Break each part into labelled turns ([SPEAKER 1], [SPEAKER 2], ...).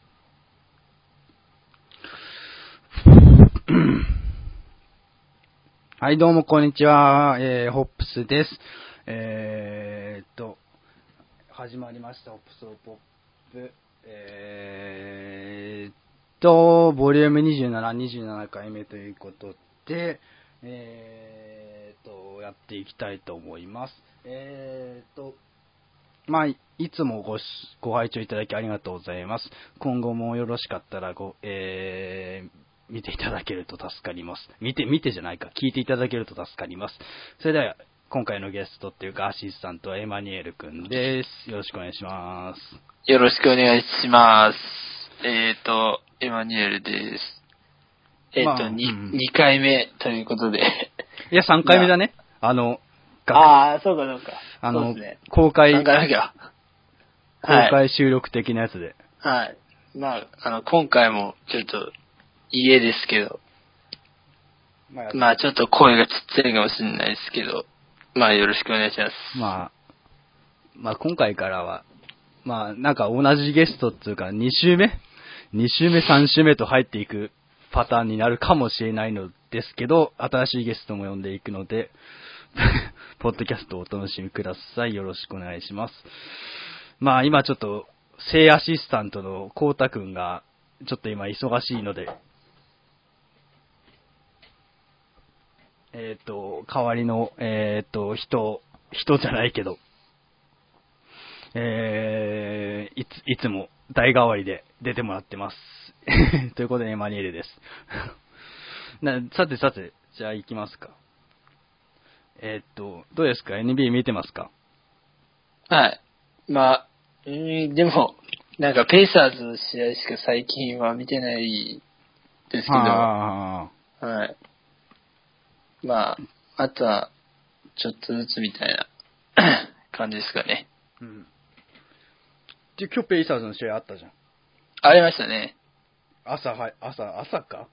[SPEAKER 1] はい、どうも、こんにちは。えー、ホップスです。えー、っと、始まりました、ホップスオポップ。えー、っと、ボリューム27、27回目ということで、えー、っと、やっていきたいと思います。えー、っと、まあ、いつもごしご拝聴いただきありがとうございます。今後もよろしかったらご、えー、見ていただけると助かります。見て、見てじゃないか。聞いていただけると助かります。それでは、今回のゲストっていうか、アシスタントはエマニュエル君です。よろしくお願いします。
[SPEAKER 2] よろしくお願いします。えっ、ー、と、エマニュエルです。えっ、
[SPEAKER 1] まあ
[SPEAKER 2] と、に
[SPEAKER 1] うん
[SPEAKER 2] 二2回目ということで。
[SPEAKER 1] いや、3回目だね。あの、が
[SPEAKER 2] ああ、そうかそうか。
[SPEAKER 1] あ
[SPEAKER 2] そ
[SPEAKER 1] の、
[SPEAKER 2] うですね。
[SPEAKER 1] 公開、
[SPEAKER 2] 考え
[SPEAKER 1] 公
[SPEAKER 2] なきゃ。はい。
[SPEAKER 1] 開収録的なやつで。
[SPEAKER 2] はい。まあ、あの、今回も、ちょっと、家ですけど、
[SPEAKER 1] まあ
[SPEAKER 2] まあ、ちょっと声がちっちゃいかもしれないですけど、まあ、よろしくお願いします。
[SPEAKER 1] まあ、まあ今回からは、まあなんか同じゲストっていうか2週目 ?2 週目3週目と入っていくパターンになるかもしれないのですけど、新しいゲストも呼んでいくので、 ポッドキャストをお楽しみください。よろしくお願いします。まあ今ちょっと、正アシスタントのこうたくんが、ちょっと今忙しいので、えっ、と、代わりの、えっ、と、人、人じゃないけど、えー、いつ、いつも代替わりで出てもらってます。 ということで、エマニュエルです。 なさてさて、じゃあ行きますか。えっ、と、どうですか ?NBA 見てますか
[SPEAKER 2] はい。まあ、うーん、でも、なんか、ペイサーズの試合しか最近は見てないですけど、
[SPEAKER 1] あ
[SPEAKER 2] はい。まあ、あとは、ちょっとずつみたいな 感じですかね。
[SPEAKER 1] ー。うん。で、今日ペイサーズの試合あったじゃん。
[SPEAKER 2] ありましたね。
[SPEAKER 1] 朝は、朝、朝か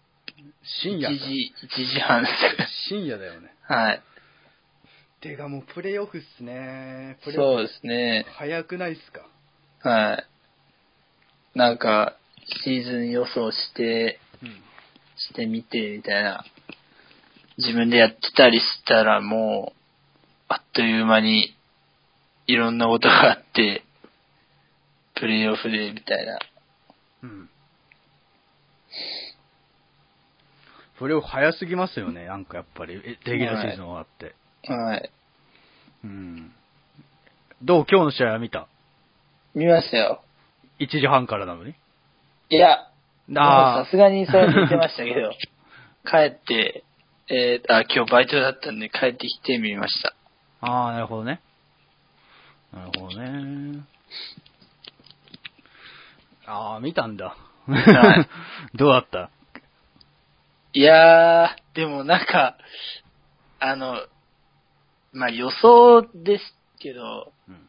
[SPEAKER 1] 深
[SPEAKER 2] 1
[SPEAKER 1] 夜か。
[SPEAKER 2] 時、1時半です。
[SPEAKER 1] 深夜だよね。
[SPEAKER 2] はい。
[SPEAKER 1] てかもうプレイオフっすね。プレイオ
[SPEAKER 2] そ
[SPEAKER 1] フ
[SPEAKER 2] うですね。
[SPEAKER 1] 早くないっすか
[SPEAKER 2] はい。なんか、シーズン予想して、
[SPEAKER 1] うん。
[SPEAKER 2] してみて、みたいな。自分でやってたりしたらもう、あっという間に、いろんなことがあって、プレイオフで、みたいな。
[SPEAKER 1] うん。それを早すぎますよね、なんかやっぱり、えレギュラーシーズン終わって。
[SPEAKER 2] はい。
[SPEAKER 1] うん。どう今日の試合は見た
[SPEAKER 2] 見ましたよ。
[SPEAKER 1] ?1 時半からなのに
[SPEAKER 2] いや、もう
[SPEAKER 1] あ
[SPEAKER 2] さすがにそれは聞いてましたけ ど、帰って、えー、あ、今日バイトだったんで帰ってきてみました。
[SPEAKER 1] あ、ああ、なるほどね。なるほどね。ああ、見たん だ。
[SPEAKER 2] は
[SPEAKER 1] どうだった
[SPEAKER 2] いやー、でもなんか、あの、まあ、予想ですけど、
[SPEAKER 1] うん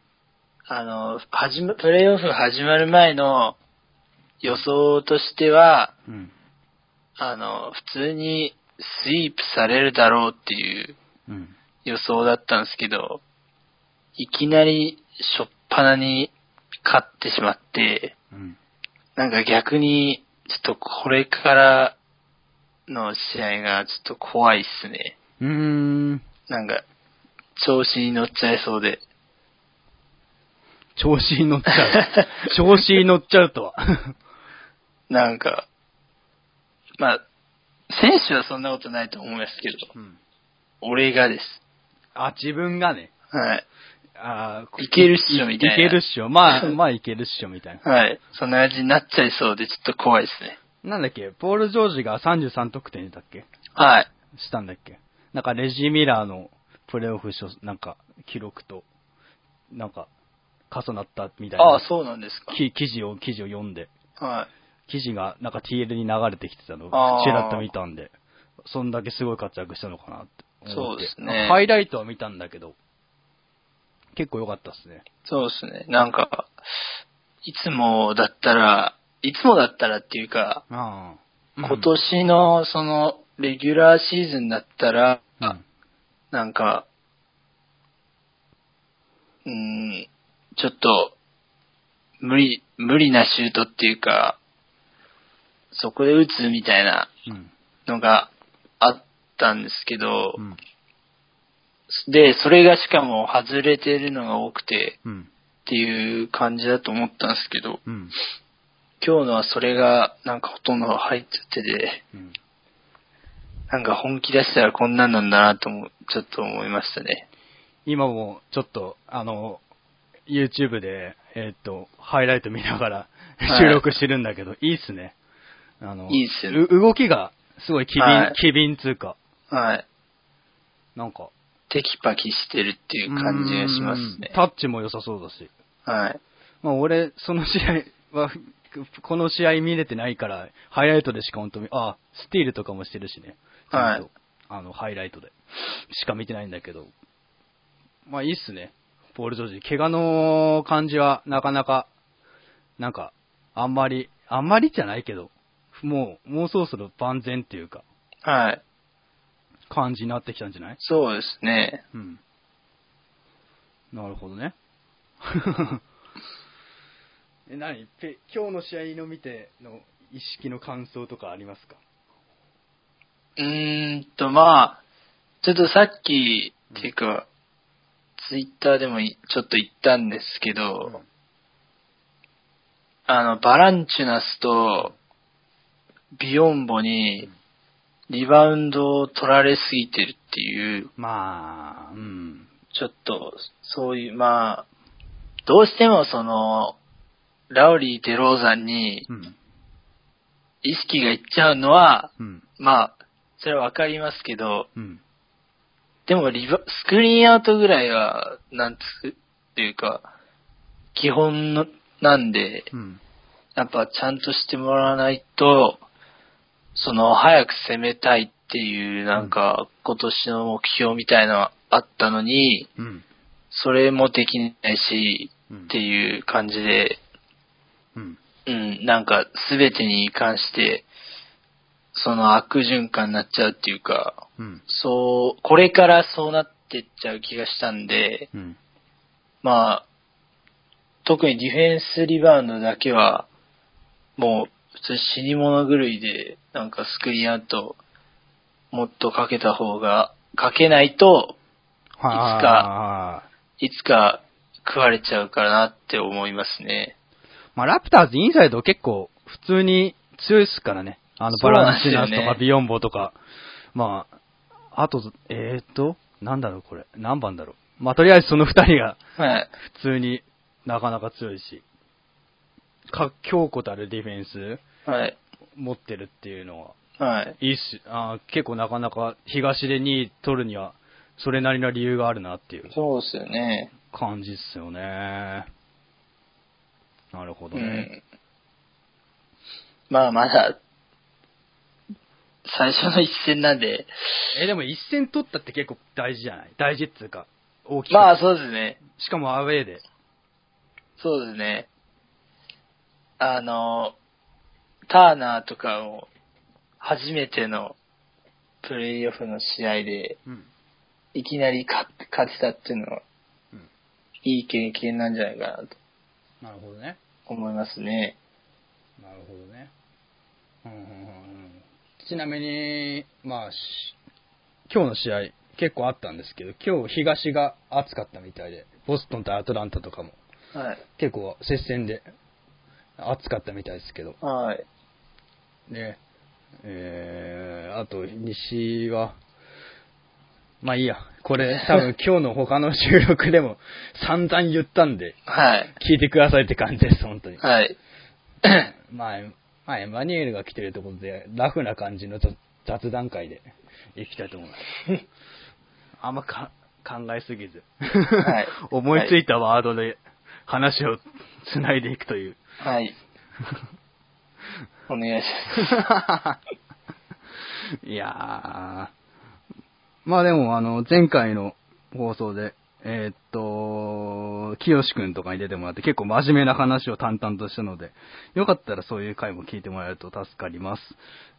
[SPEAKER 2] あの、始ま、プレイオフ始まる前の予想としては、
[SPEAKER 1] うん。
[SPEAKER 2] あの、普通にスイープされるだろうっていう
[SPEAKER 1] うん。
[SPEAKER 2] 予想だったんですけど、いきなりしょっぱなに勝ってしまって、
[SPEAKER 1] うん。
[SPEAKER 2] なんか逆に、ちょっとこれからの試合がちょっと怖いっすね。
[SPEAKER 1] うーん。
[SPEAKER 2] なんか、調子に乗っちゃいそうで。
[SPEAKER 1] 調子に乗っちゃう。 調子に乗っちゃうとは。
[SPEAKER 2] なんか、まあ、選手はそんなことないと思いますけど、
[SPEAKER 1] うん。
[SPEAKER 2] 俺がです。
[SPEAKER 1] あ、自分がね。
[SPEAKER 2] はい。
[SPEAKER 1] あー
[SPEAKER 2] いけるっしょみたいな
[SPEAKER 1] けるっしょ。 まあ、まあいけるっしょみたいな。
[SPEAKER 2] はい。そんな感じになっちゃいそうで、ちょっと怖いっすね。
[SPEAKER 1] なんだっけ、ポール・ジョージが33得点だっけ
[SPEAKER 2] はい。
[SPEAKER 1] したんだっけなんかレジー・ミラーのプレーオフ初、なんか、記録と、なんか、重なったみたいな。
[SPEAKER 2] ああ、そうなんですか。
[SPEAKER 1] き記事を、記事を読んで。
[SPEAKER 2] はい。
[SPEAKER 1] 記事が、なんか TL に流れてきてたのを、
[SPEAKER 2] あー
[SPEAKER 1] ちらっと見たんで、そんだけすごい活躍したのかなって思って。
[SPEAKER 2] そうですね
[SPEAKER 1] なんかハイライトは見たんだけど、結構良かったっすね。
[SPEAKER 2] そうですね。なんか、いつもだったら、いつもだったらっていうか、
[SPEAKER 1] ああ。
[SPEAKER 2] 今年のその、レギュラーシーズンだったら、
[SPEAKER 1] うん
[SPEAKER 2] なんか、うーん、ちょっと、無理、無理なシュートっていうか、そこで打つみたいな
[SPEAKER 1] うん。
[SPEAKER 2] のがあったんですけど
[SPEAKER 1] う、ん。
[SPEAKER 2] で、それがしかも外れてるのが多くて
[SPEAKER 1] うん。
[SPEAKER 2] っていう感じだと思ったんですけど、
[SPEAKER 1] うん。
[SPEAKER 2] 今日のはそれがなんかほとんど入っちゃってて、
[SPEAKER 1] うん。
[SPEAKER 2] なんか本気出したらこんなんなんだなとも、ちょっと思いましたね。
[SPEAKER 1] 今もちょっと、あの、YouTube で、えーっと、ハイライト見ながら
[SPEAKER 2] はい
[SPEAKER 1] 収録してるんだけど、い、いっすね。あの、
[SPEAKER 2] いいっすよね
[SPEAKER 1] う動きが、すごい機敏、
[SPEAKER 2] はい
[SPEAKER 1] 機敏つうか、
[SPEAKER 2] はい。
[SPEAKER 1] なんか。
[SPEAKER 2] テキパキしてるっていう感じがしますね
[SPEAKER 1] うん。タッチも良さそうだし。
[SPEAKER 2] はい。
[SPEAKER 1] まあ俺、その試合は、この試合見れてないから、ハイライトでしか本当に、あ、スティールとかもしてるしね。ちゃんと
[SPEAKER 2] はい
[SPEAKER 1] あの、ハイライトで。しか見てないんだけど。まあいいっすね。ポール・ジョージ。怪我の感じは、なかなか、なんか、あんまり、あんまりじゃないけど、もう、もうそろそろ万全っていうか、
[SPEAKER 2] はい。
[SPEAKER 1] 感じになってきたんじゃない
[SPEAKER 2] そうですね。
[SPEAKER 1] うん。なるほどね。 え、何ペ今日の試合の見ての意識の感想とかありますか
[SPEAKER 2] うーんと、まあ、ちょっとさっき、っていうか、ツイッターでもいちょっと言ったんですけど、あの、バランチュナスとビヨンボにリバウンドを取られすぎてるっていう、
[SPEAKER 1] まあ、うん。
[SPEAKER 2] ちょっと、そういう、まあ、どうしてもその、ラオリー・デローザンに
[SPEAKER 1] うん。
[SPEAKER 2] 意識がいっちゃうのは、
[SPEAKER 1] うん。
[SPEAKER 2] まあ、それはわかりますけど、
[SPEAKER 1] うん。
[SPEAKER 2] でもリバ、スクリーンアウトぐらいは、なんつう、っていうか、基本の、なんで、
[SPEAKER 1] うん。
[SPEAKER 2] やっぱちゃんとしてもらわないと、その、早く攻めたいっていう、なんか、今年の目標みたいなのはあったのに、
[SPEAKER 1] うん。
[SPEAKER 2] それもできないし、
[SPEAKER 1] うん
[SPEAKER 2] っていう感じで、
[SPEAKER 1] うん。
[SPEAKER 2] うん、なんか、すべてに関して、その悪循環になっちゃうっていうか、
[SPEAKER 1] うん。
[SPEAKER 2] そう、これからそうなってっちゃう気がしたんで、
[SPEAKER 1] うん。
[SPEAKER 2] まあ、特にディフェンスリバウンドだけは、もう、普通に死に物狂いで、なんかスクリーンアウト、もっとかけた方が、かけないと、
[SPEAKER 1] はい
[SPEAKER 2] つか食われちゃうからなって思いますね。
[SPEAKER 1] まあ、ラプターズインサイド結構普通に強いっすからね。あの、
[SPEAKER 2] そ
[SPEAKER 1] バ
[SPEAKER 2] う
[SPEAKER 1] ラ
[SPEAKER 2] な
[SPEAKER 1] ン
[SPEAKER 2] ん
[SPEAKER 1] シ
[SPEAKER 2] で
[SPEAKER 1] ュ
[SPEAKER 2] す
[SPEAKER 1] ナ
[SPEAKER 2] よ
[SPEAKER 1] ス
[SPEAKER 2] ね
[SPEAKER 1] とかビヨンボとか。まあ、あと、えーっと、なんだろうこれ。何番だろう。まあ、とりあえずその二人が
[SPEAKER 2] はい。
[SPEAKER 1] 普通になかなか強いし、か強固たるディフェンス
[SPEAKER 2] はい。
[SPEAKER 1] 持ってるっていうのは、
[SPEAKER 2] はい。
[SPEAKER 1] いいっす。あー結構なかなか東で2位取るには、それなりの理由があるなっていう
[SPEAKER 2] そうですよね。
[SPEAKER 1] 感じっすよね。なるほど
[SPEAKER 2] う
[SPEAKER 1] ね。
[SPEAKER 2] ん。まあ、まだ、最初の一戦なんで、
[SPEAKER 1] え、でも一戦取ったって結構大事じゃない大事っつうか、大きく。
[SPEAKER 2] まあ、そうですね。
[SPEAKER 1] しかもアウェーで。
[SPEAKER 2] そうですね。あの、ターナーとかを初めてのプレイオフの試合で
[SPEAKER 1] うん。
[SPEAKER 2] いきなり勝って勝てたっていうのは
[SPEAKER 1] うん、
[SPEAKER 2] いい経験なんじゃないかなと
[SPEAKER 1] なるほどね。
[SPEAKER 2] 思いますね。
[SPEAKER 1] なるほどね。うんうんうんうん、ちなみに、まあ、し今日の試合、結構あったんですけど、今日東が暑かったみたいで、ボストンとアトランタとかも、
[SPEAKER 2] はい。
[SPEAKER 1] 結構接戦で暑かったみたいですけど、
[SPEAKER 2] はい。
[SPEAKER 1] ね、えー、あと、西は、まあいいや、こ れ多分今日の他の収録でも散々言ったんで、
[SPEAKER 2] はい。
[SPEAKER 1] 聞いてくださいって感じです、 本当に。
[SPEAKER 2] はい。
[SPEAKER 1] まあ、エまあ、エマニュエルが来てるところで、ラフな感じの雑雑談会でいきたいと思います。 あんまか考えすぎ ず、
[SPEAKER 2] い
[SPEAKER 1] 思いついたワードで話をつないでいくという。
[SPEAKER 2] はい。 お願いし
[SPEAKER 1] いやー。まあでも、あの、前回の放送で、えーっと、清くんとかに出てもらって結構真面目な話を淡々としたので、よかったらそういう回も聞いてもらえると助かります。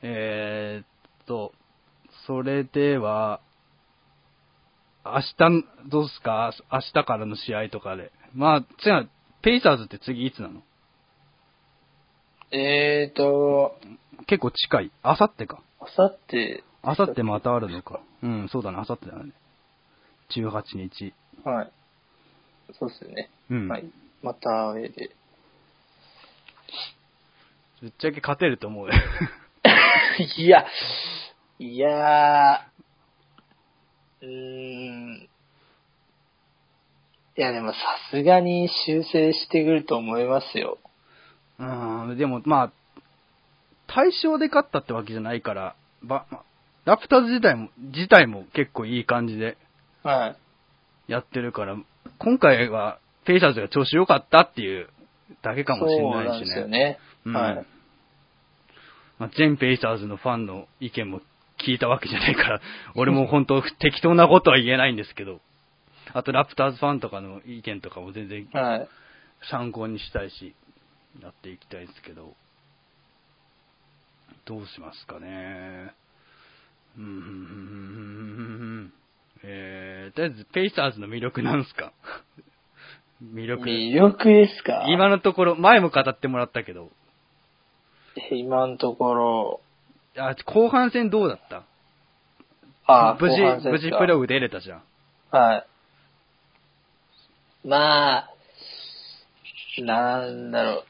[SPEAKER 1] えーっと、それでは、明日、どうすか明日からの試合とかで。まあ、違う、ペイサーズって次いつなの
[SPEAKER 2] ます。えーと、
[SPEAKER 1] 結構近い。あさってか。
[SPEAKER 2] あさって
[SPEAKER 1] あさってまたあるのか。うん、そうだね、あさってだね。18日。
[SPEAKER 2] はい。そうっすよね。
[SPEAKER 1] うん。
[SPEAKER 2] はい。また、えー
[SPEAKER 1] ぶっちゃけ勝てると思うよ。
[SPEAKER 2] いや、いやー、うーん。いや、でもさすがに修正してくると思いますよ。
[SPEAKER 1] うん、でもまあ、対象で勝ったってわけじゃないから、ば、まラプターズ自体も、自体も結構いい感じで
[SPEAKER 2] はい。
[SPEAKER 1] やってるから、今回はペイサーズが調子良かったっていうだけかもしれないしね。
[SPEAKER 2] そうなんですよね。
[SPEAKER 1] うん
[SPEAKER 2] はい。
[SPEAKER 1] まあ、全ペイサーズのファンの意見も聞いたわけじゃないから、 俺も本当適当なことは言えないんですけど、あとラプターズファンとかの意見とかも全然
[SPEAKER 2] はい。
[SPEAKER 1] 参考にしたいし、やっていきたいですけど、どうしますかね。うんうんうんうんうんうんうん、えー、とりあえず、ペイサーズの魅力なんすか 魅力。
[SPEAKER 2] 魅力ですか
[SPEAKER 1] 今のところ、前も語ってもらったけど、
[SPEAKER 2] 今のところ、
[SPEAKER 1] あ、後半戦どうだった
[SPEAKER 2] あー
[SPEAKER 1] 無事
[SPEAKER 2] 後半戦、
[SPEAKER 1] 無
[SPEAKER 2] です
[SPEAKER 1] 事
[SPEAKER 2] か
[SPEAKER 1] プレオフ出れたじゃん。
[SPEAKER 2] はい。まあ、なんだろ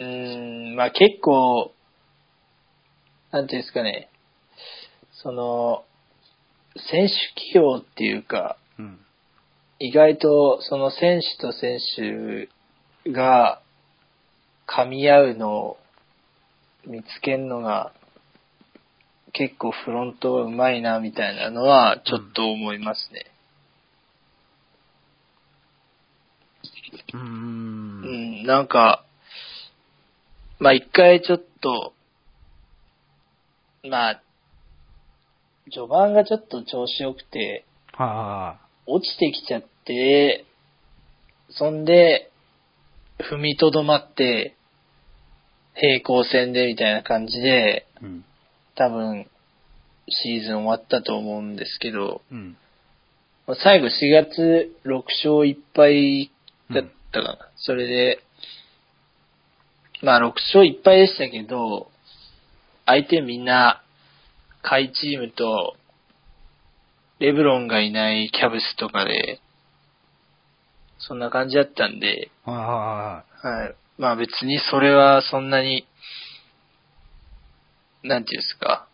[SPEAKER 2] う。うーん、まあ結構、なんていうんですかね、その、選手起用っていうか、
[SPEAKER 1] うん。
[SPEAKER 2] 意外とその選手と選手が噛み合うのを見つけるのが結構フロントはうまいなみたいなのはちょっと思いますね。
[SPEAKER 1] うー
[SPEAKER 2] うん、
[SPEAKER 1] ん。
[SPEAKER 2] なんか、まあ一回ちょっと、まあ、序盤がちょっと調子良くて、
[SPEAKER 1] は
[SPEAKER 2] 落ちてきちゃって、そんで、踏みとどまって、平行線でみたいな感じで、
[SPEAKER 1] ぁ。うん。
[SPEAKER 2] 多分、シーズン終わったと思うんですけど、
[SPEAKER 1] うん。
[SPEAKER 2] まあ最後4月6勝1敗だったかな。それで、まあ6勝1敗でしたけど、相手みんな、下位チームと、レブロンがいないキャブスとかで、そんな感じだったんで、
[SPEAKER 1] はいはいはい。
[SPEAKER 2] はい。まあ別にそれはそんなに、なんていうんですか。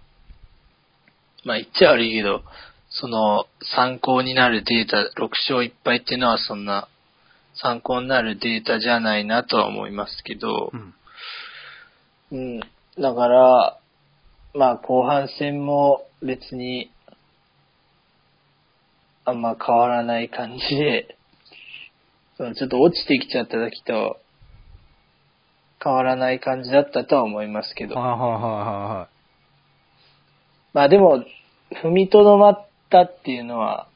[SPEAKER 2] まあ言っちゃ悪いけど、その参考になるデータ、6勝1敗っていうのはそんな参考になるデータじゃないなとは思いますけど
[SPEAKER 1] う、ん。
[SPEAKER 2] うん。だから、まあ後半戦も別に、あんま変わらない感じで、 そのちょっと落ちてきちゃった時と、変わらない感じだったとは思いますけど。
[SPEAKER 1] はいはいはいはいはい。
[SPEAKER 2] まあでも、踏みとどまったっていうのは、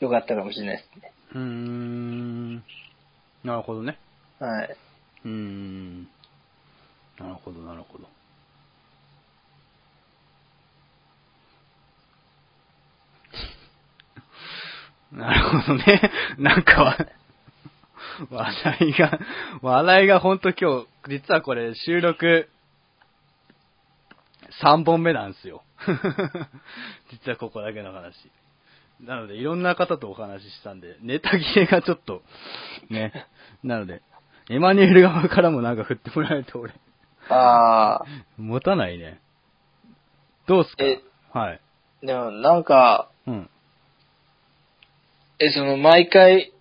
[SPEAKER 2] 良かったかもしれないですね。
[SPEAKER 1] うーん。なるほどね。
[SPEAKER 2] はい。
[SPEAKER 1] うーん。なるほど、なるほど。なるほどね。なんかわ、話題が、話題がほんと今日、実はこれ収録3本目なんですよ。実はここだけの話。なので、いろんな方とお話ししたんで、ネタ切れがちょっと、ね。なので、エマニュエル側からもなんか振ってもらえると俺、
[SPEAKER 2] ああ、
[SPEAKER 1] 持たないね。どうっす
[SPEAKER 2] え
[SPEAKER 1] かはい。
[SPEAKER 2] でもなんか、
[SPEAKER 1] うん。
[SPEAKER 2] え、その毎回、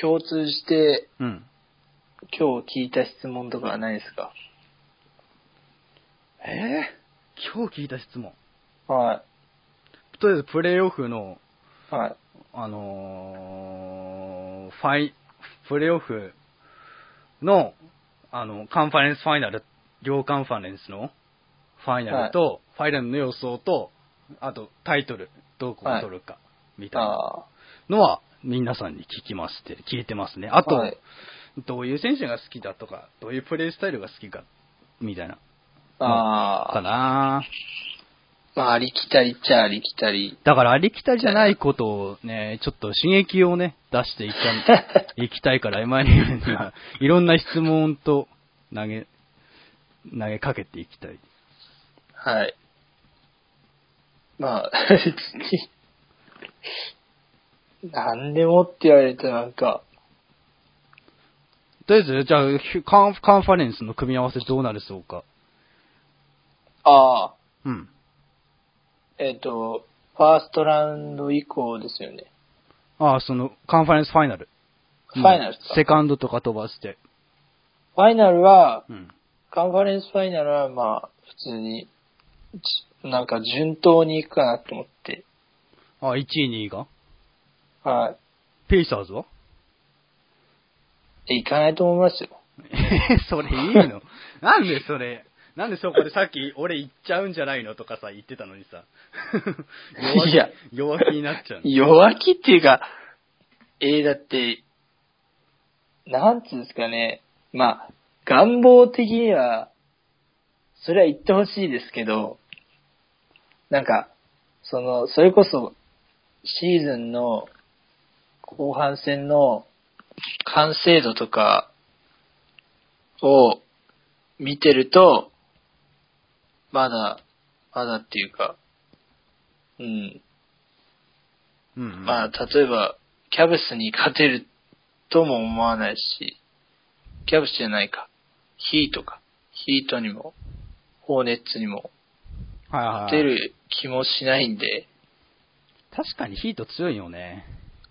[SPEAKER 2] 共通して、
[SPEAKER 1] うん。
[SPEAKER 2] 今日聞いた質問とかはないですか
[SPEAKER 1] えー、今日聞いた質問。
[SPEAKER 2] は
[SPEAKER 1] とりあえずプレイオフの、
[SPEAKER 2] い。はい。
[SPEAKER 1] あのーファイ、プレイオフの、あの、カンファレンスファイナル、両カンファレンスのファイナルと、ファイナルの予想と、あとタイトル、どこを取るか、みたいな。
[SPEAKER 2] あ
[SPEAKER 1] のは皆さんに聞きまして、聞いてますね。あ
[SPEAKER 2] あ
[SPEAKER 1] と、
[SPEAKER 2] はい、
[SPEAKER 1] どういう選手が好きだとか、どういうプレースタイルが好きか、みたいな。
[SPEAKER 2] あ
[SPEAKER 1] か
[SPEAKER 2] あ、
[SPEAKER 1] な
[SPEAKER 2] まあ、ありきたりっちゃありきたり。
[SPEAKER 1] だからありきたりじゃないことをね、ちょっと刺激をね、出していき たいいきたいから、エマニュエルには、いろんな質問と投げ、投げかけていきたい。
[SPEAKER 2] はい。まあ、 別に、何でもって言われるとなんか、
[SPEAKER 1] とりあえず、じゃあひカン、カンファレンスの組み合わせどうなるそうか。
[SPEAKER 2] ああ、
[SPEAKER 1] うん。
[SPEAKER 2] えっ、と、ファーストラウンド以降ですよね。
[SPEAKER 1] ああ、その、カンファレンスファイナル。
[SPEAKER 2] ファイナルです
[SPEAKER 1] うん
[SPEAKER 2] か
[SPEAKER 1] セカンドとか飛ばして。
[SPEAKER 2] ファイナルは、
[SPEAKER 1] うん。
[SPEAKER 2] カンファレンスファイナルはまあ、普通に、じなんか順当に行くかなと思って。
[SPEAKER 1] ああ、1位、2位が
[SPEAKER 2] は。
[SPEAKER 1] ペイサーズはい
[SPEAKER 2] 行かないと思いますよ。
[SPEAKER 1] え それいいのなんでそれ、なんでそこでさっき俺行っちゃうんじゃないのとかさ、言ってたのに さ。弱気
[SPEAKER 2] いや
[SPEAKER 1] 弱気になっちゃうの。
[SPEAKER 2] 弱気っていうか、えー、だって、なんつうんですかね。まあ、願望的には、それは言ってほしいですけど、なんか、その、それこそ、シーズンの後半戦の完成度とかを見てると、まだ、まだっていうか、うん、
[SPEAKER 1] うん、うん。
[SPEAKER 2] まあ、例えば、キャブスに勝てるとも思わないし、キャブスじゃないか。ヒートか。ヒートにも、ホーネッツにも、
[SPEAKER 1] はいはいはい
[SPEAKER 2] 勝てる気もしないんで、
[SPEAKER 1] 確かにヒート強いよね。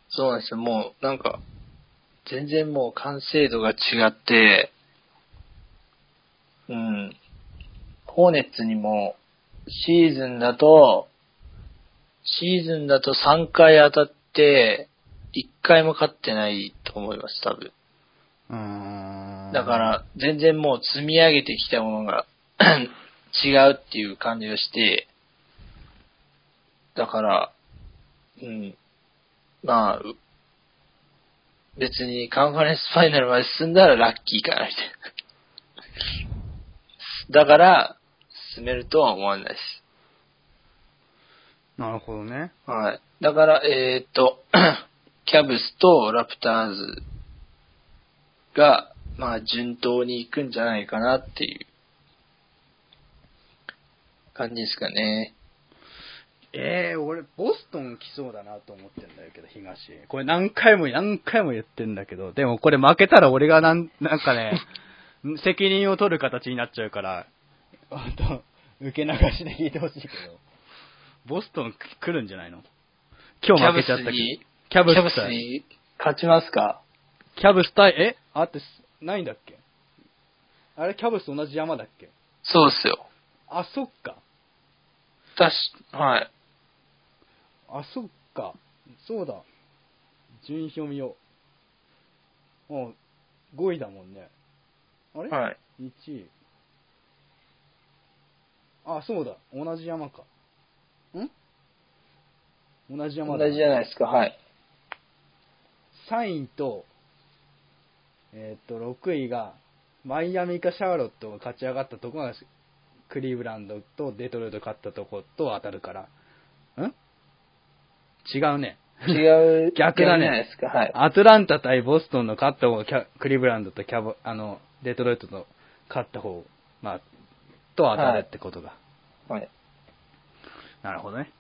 [SPEAKER 2] そうなんですよ。もう、なんか、全然もう完成度が違って、うん。ホーネッツにも、シーズンだと、シーズンだと3回当たって、1回も勝ってないと思います、多分。
[SPEAKER 1] うーん。
[SPEAKER 2] だか、ら、全然もう積み上げてきたものが 違うっていう感じがして、だから、うん。まあ、う別にカンファレンスファイナルまで進んだらラッキーかな、みたいな。だから、進めるとは思わないです。
[SPEAKER 1] なるほどね。
[SPEAKER 2] はい。だから、えー、っと、 キャブスとラプターズが、まあ、順当に行くんじゃないかなっていう感じですかね。
[SPEAKER 1] ええ俺、ボストン来そうだなと思ってんだけど、東。これ何回も何回も言ってんだけど、でもこれ負けたら俺がなん、なんか ね、責任を取る形になっちゃうから、ほんと、受け流しで聞いてほしいけど、ボストン来るんじゃないの今日負けちゃったけど。
[SPEAKER 2] キ
[SPEAKER 1] キャ
[SPEAKER 2] ャブ
[SPEAKER 1] ブ
[SPEAKER 2] スに
[SPEAKER 1] ス対、
[SPEAKER 2] に勝ちますか
[SPEAKER 1] キャブス対、えあってす、ないんだっけあれ、キャブスと同じ山だっけ
[SPEAKER 2] そうですよ。
[SPEAKER 1] あ、そっか。
[SPEAKER 2] 確か、はい。
[SPEAKER 1] あ、そっか。そうだ。順位表見よう。うん。5位だもんね。あれ、
[SPEAKER 2] はい。
[SPEAKER 1] ?1 位。あ、そうだ。同じ山か。ん同じ山だ。
[SPEAKER 2] 同じじゃないです か、はい。
[SPEAKER 1] 3位と、えーっと、6位が、マイアミかシャーロットが勝ち上がったとこが、クリーブランドとデトロイト勝ったとこと当たるから。ん違うね。、
[SPEAKER 2] 違う
[SPEAKER 1] 逆だね
[SPEAKER 2] じゃないですか、はい。
[SPEAKER 1] アトランタ対ボストンの勝った方がキャクリーブランドとキャボあのデトロイトと勝った方、まあ、と当たるってことが、
[SPEAKER 2] はい。
[SPEAKER 1] なるほどね。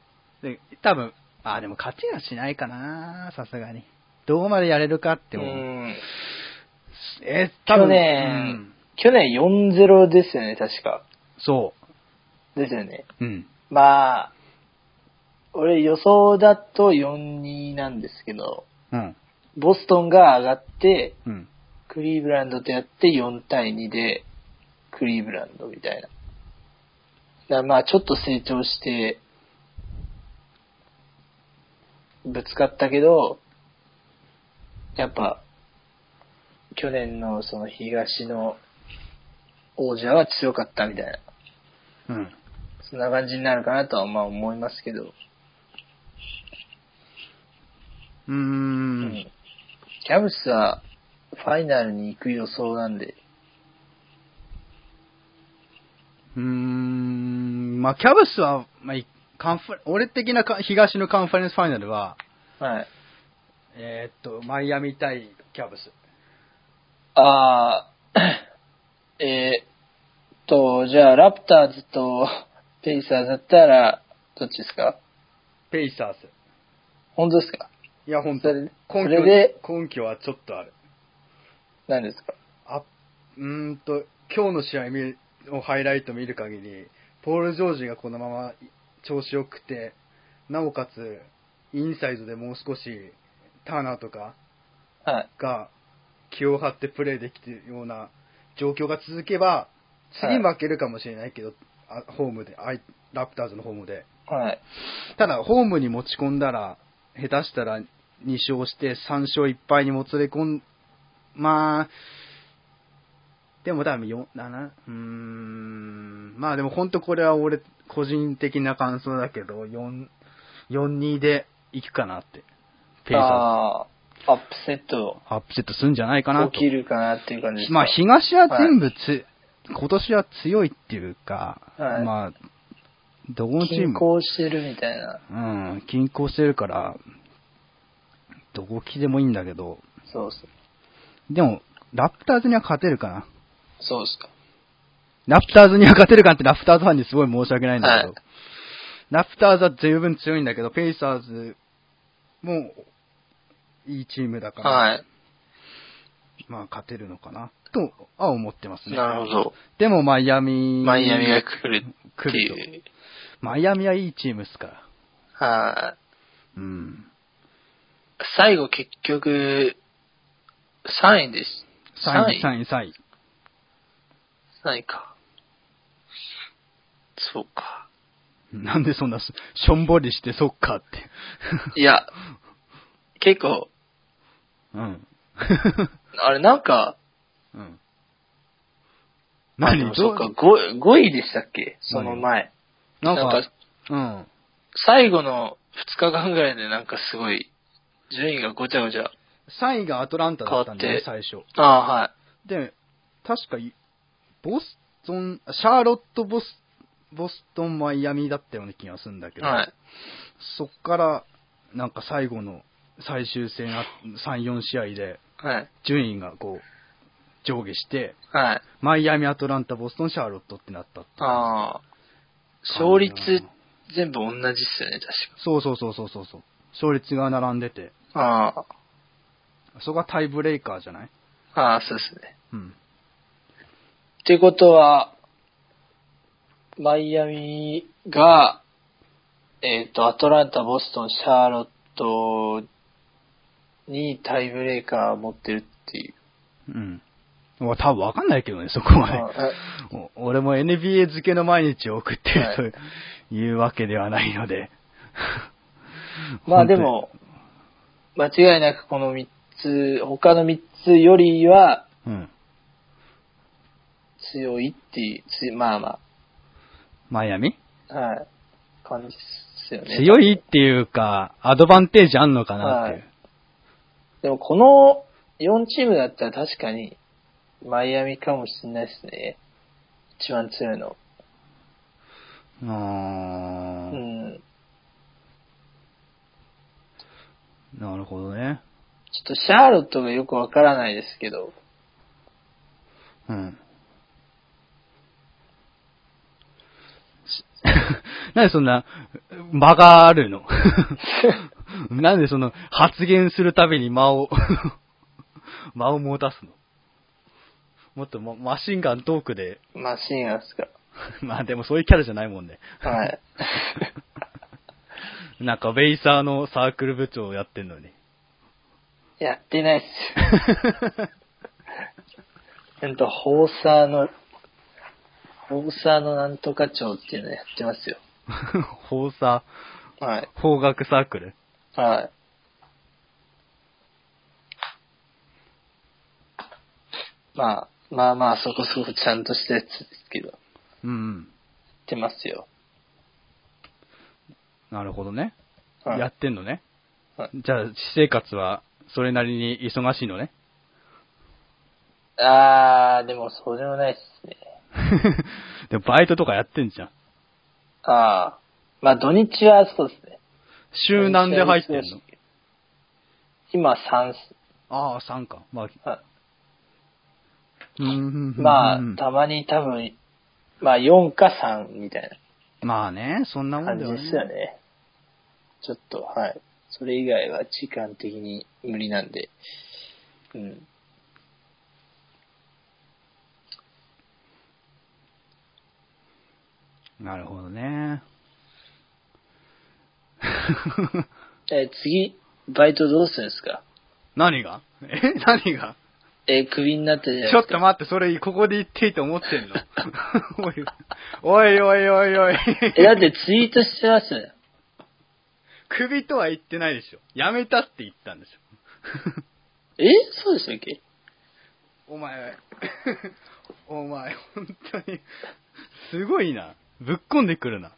[SPEAKER 1] で、多分あ、でも勝ちはしないかな、さすがに。どこまでやれるかって
[SPEAKER 2] う
[SPEAKER 1] 思う。
[SPEAKER 2] ん。
[SPEAKER 1] えー、多分
[SPEAKER 2] 去年、
[SPEAKER 1] うん
[SPEAKER 2] 去年4-0ですよね、確か。
[SPEAKER 1] そ
[SPEAKER 2] ですよね。
[SPEAKER 1] う。うん。
[SPEAKER 2] まあ、俺予想だと4-2なんですけど、
[SPEAKER 1] うん。
[SPEAKER 2] ボストンが上がって、
[SPEAKER 1] うん。
[SPEAKER 2] クリーブランドとやって4対2で、クリーブランドみたいな。だからまあちょっと成長して、ぶつかったけど、やっぱ、去年のその東の王者は強かったみたいな。
[SPEAKER 1] うん。
[SPEAKER 2] そんな感じになるかなとはまあ思いますけ
[SPEAKER 1] う
[SPEAKER 2] ど。
[SPEAKER 1] ー。
[SPEAKER 2] うんんキャブスはファイナルに行く予想なんで、
[SPEAKER 1] うーん。まあ、キャブスは、まあ、いカンファ俺的なか東のカンファレンスファイナルは、
[SPEAKER 2] はい。
[SPEAKER 1] えーっと、マイアミ対キャブス。
[SPEAKER 2] あー、えーっと、じゃあ、ラプターズとペイサーズだったら、どっちですか
[SPEAKER 1] ペイサーズ。
[SPEAKER 2] 本当ですか
[SPEAKER 1] いや、本当
[SPEAKER 2] それ
[SPEAKER 1] 根
[SPEAKER 2] そ
[SPEAKER 1] 拠
[SPEAKER 2] れで
[SPEAKER 1] 根拠はちょっとある。
[SPEAKER 2] 何ですか
[SPEAKER 1] あ、うーんと、今日の試合見るをハイライト見る限り、ポール・ジョージがこのまま調子よくて、なおかつ、インサイドでもう少し、ターナーとか
[SPEAKER 2] はい。
[SPEAKER 1] が気を張ってプレーできてるような状況が続けば、次
[SPEAKER 2] はい
[SPEAKER 1] 負けるかもしれないけど、あホームで、あいラプターズのホームで。
[SPEAKER 2] はい。
[SPEAKER 1] ただ、ホームに持ち込んだら、下手したら2勝して3勝1敗にもつれ込ん、まあ、でも多分4、7、うーん、まあでも本当これは俺、個人的な感想だけど、4、4-2で行くかなって。ペイサ
[SPEAKER 2] ああ、アップセット
[SPEAKER 1] ーズ。アップセットするんじゃないかなと
[SPEAKER 2] 起。きるかなっていう感じですか
[SPEAKER 1] まあ東は全部つ、今年は強いっていうか、
[SPEAKER 2] はい
[SPEAKER 1] まあ、どこのチー
[SPEAKER 2] 均
[SPEAKER 1] ム
[SPEAKER 2] 衡してるみたいな。
[SPEAKER 1] うん、均衡してるから、どこ来てもいいんだけど、
[SPEAKER 2] そうっす。
[SPEAKER 1] でも、ラプターズには勝てるかな。
[SPEAKER 2] そうっすか。
[SPEAKER 1] ラプターズには勝てるかってラプターズファンにすごい申し訳ないんだけど、
[SPEAKER 2] はい
[SPEAKER 1] ラプターズは十分強いんだけど、ペイサーズもいいチームだから、
[SPEAKER 2] はい。
[SPEAKER 1] まあ勝てるのかな、とは思ってますね。
[SPEAKER 2] なるほど。
[SPEAKER 1] でもマイアミ、
[SPEAKER 2] マイアミが来るって
[SPEAKER 1] 来
[SPEAKER 2] いう。
[SPEAKER 1] マイアミはいいチームっすから。
[SPEAKER 2] はい。
[SPEAKER 1] うん。
[SPEAKER 2] 最後結局、3位です。
[SPEAKER 1] 3位、3
[SPEAKER 2] 3
[SPEAKER 1] 位、3位。
[SPEAKER 2] 3位か。そうか。
[SPEAKER 1] なんでそんなししょんぼりしてそっかって。
[SPEAKER 2] いや、結構、
[SPEAKER 1] うん。
[SPEAKER 2] あれなんか、
[SPEAKER 1] うん。
[SPEAKER 2] あで
[SPEAKER 1] 何
[SPEAKER 2] もそうか
[SPEAKER 1] どう
[SPEAKER 2] 5, 5位でしたっけその前。
[SPEAKER 1] なんか、
[SPEAKER 2] なんか
[SPEAKER 1] うん。
[SPEAKER 2] 最後の2日間ぐらいでなんかすごい、順位がごちゃごちゃ。
[SPEAKER 1] 3位がアトランタだったんだよね、
[SPEAKER 2] 変
[SPEAKER 1] 最初。
[SPEAKER 2] ああ、はい。
[SPEAKER 1] で、確かい、ボストン、シャーロット・ボス、ボストン・マイアミだったような気がするんだけど、
[SPEAKER 2] はい。
[SPEAKER 1] そっから、なんか最後の最終戦あ、3、4試合で、
[SPEAKER 2] はい。
[SPEAKER 1] 順位がこう、上下して、
[SPEAKER 2] はい。
[SPEAKER 1] マイアミ、アトランタ、ボストン、シャーロットってなったっていう
[SPEAKER 2] ああ。勝率全部同じっすよね、確
[SPEAKER 1] そうそうそうそうそうそう。勝率が並んでて、
[SPEAKER 2] か。あ
[SPEAKER 1] そこがタイブレイカーじゃない
[SPEAKER 2] あ。ああ、そうですね。
[SPEAKER 1] うん。
[SPEAKER 2] ってことは、マイアミが、えっ、と、アトランタ、ボストン、シャーロットにタイブレーカー持ってるっていう。
[SPEAKER 1] うん。まあ多分わかんないけどね、そこはね。
[SPEAKER 2] あ
[SPEAKER 1] お俺も NBA 付けの毎日を送ってる
[SPEAKER 2] はい
[SPEAKER 1] という,、わけではないので。
[SPEAKER 2] まあ
[SPEAKER 1] 本当
[SPEAKER 2] で
[SPEAKER 1] に
[SPEAKER 2] も、間違いなくこの3つ、他の3つよりは
[SPEAKER 1] うん。
[SPEAKER 2] 強いっていう、つまあま
[SPEAKER 1] マイアミ
[SPEAKER 2] あ、はい、感じですよね。
[SPEAKER 1] 強いっていうか、アドバンテージあんのかなっていう。
[SPEAKER 2] でもこの4チームだったら確かにマイアミかもしれないですね。一番強いの。
[SPEAKER 1] う
[SPEAKER 2] う
[SPEAKER 1] ーん。
[SPEAKER 2] ん。ちょ
[SPEAKER 1] なるほどね。
[SPEAKER 2] っとシャーロットがよくわからないですけど、
[SPEAKER 1] うん。しなんでそんな間があるの なんでその発言するたびに間を 間を持たすのもっともマシンガントークで、
[SPEAKER 2] マシンガンです
[SPEAKER 1] まあでもそういうキャラじゃないもんね。
[SPEAKER 2] か。はい。
[SPEAKER 1] なんかベイサーのサークル部長をやってん のに。
[SPEAKER 2] やってないっすよ。ほんと、ホーサーの、ホーサーのなんとか長っていうのやってますよ。
[SPEAKER 1] 法サ
[SPEAKER 2] はい。
[SPEAKER 1] ー、法学サークル。
[SPEAKER 2] はい。まあ、まあまあ、そこそこちゃんとしたやつですけど、やっ
[SPEAKER 1] うんうん。
[SPEAKER 2] てますよ。
[SPEAKER 1] なるほどね。
[SPEAKER 2] はい
[SPEAKER 1] やってんのね。
[SPEAKER 2] はい
[SPEAKER 1] じゃあ、私生活は、それなりに忙しいのね。
[SPEAKER 2] あー、でもそうでもないっすね。
[SPEAKER 1] でも、バイトとかやってんじゃん。
[SPEAKER 2] あー。まあ、土日はそうですね。
[SPEAKER 1] 週何で入ってんの
[SPEAKER 2] 今3っす。
[SPEAKER 1] ああ、3か。まあ、
[SPEAKER 2] は
[SPEAKER 1] うんうんうんうん
[SPEAKER 2] いまあ、たまに多分、まあ4か3みたい
[SPEAKER 1] まあね、そんなもん
[SPEAKER 2] 感
[SPEAKER 1] だ
[SPEAKER 2] じ
[SPEAKER 1] よ
[SPEAKER 2] で
[SPEAKER 1] ね。
[SPEAKER 2] すよね。ちょっと、はい。それ以外は時間的に無理なんで。うん。
[SPEAKER 1] なるほどね。
[SPEAKER 2] え、次、バイトどうするんですか
[SPEAKER 1] 何がえ何が
[SPEAKER 2] え、クビになってじゃない
[SPEAKER 1] ちょ
[SPEAKER 2] で
[SPEAKER 1] っ
[SPEAKER 2] すか。
[SPEAKER 1] と待って、それ、ここで言っていいと思ってんの おいおいおいおい。
[SPEAKER 2] え、だってツイートしてますよ。
[SPEAKER 1] クビとは言ってないでしょ。辞めたって言ったんでしょ。
[SPEAKER 2] えそうでしたっけ
[SPEAKER 1] お 前、お前、本当に、すごいな。ぶっこんでくるな。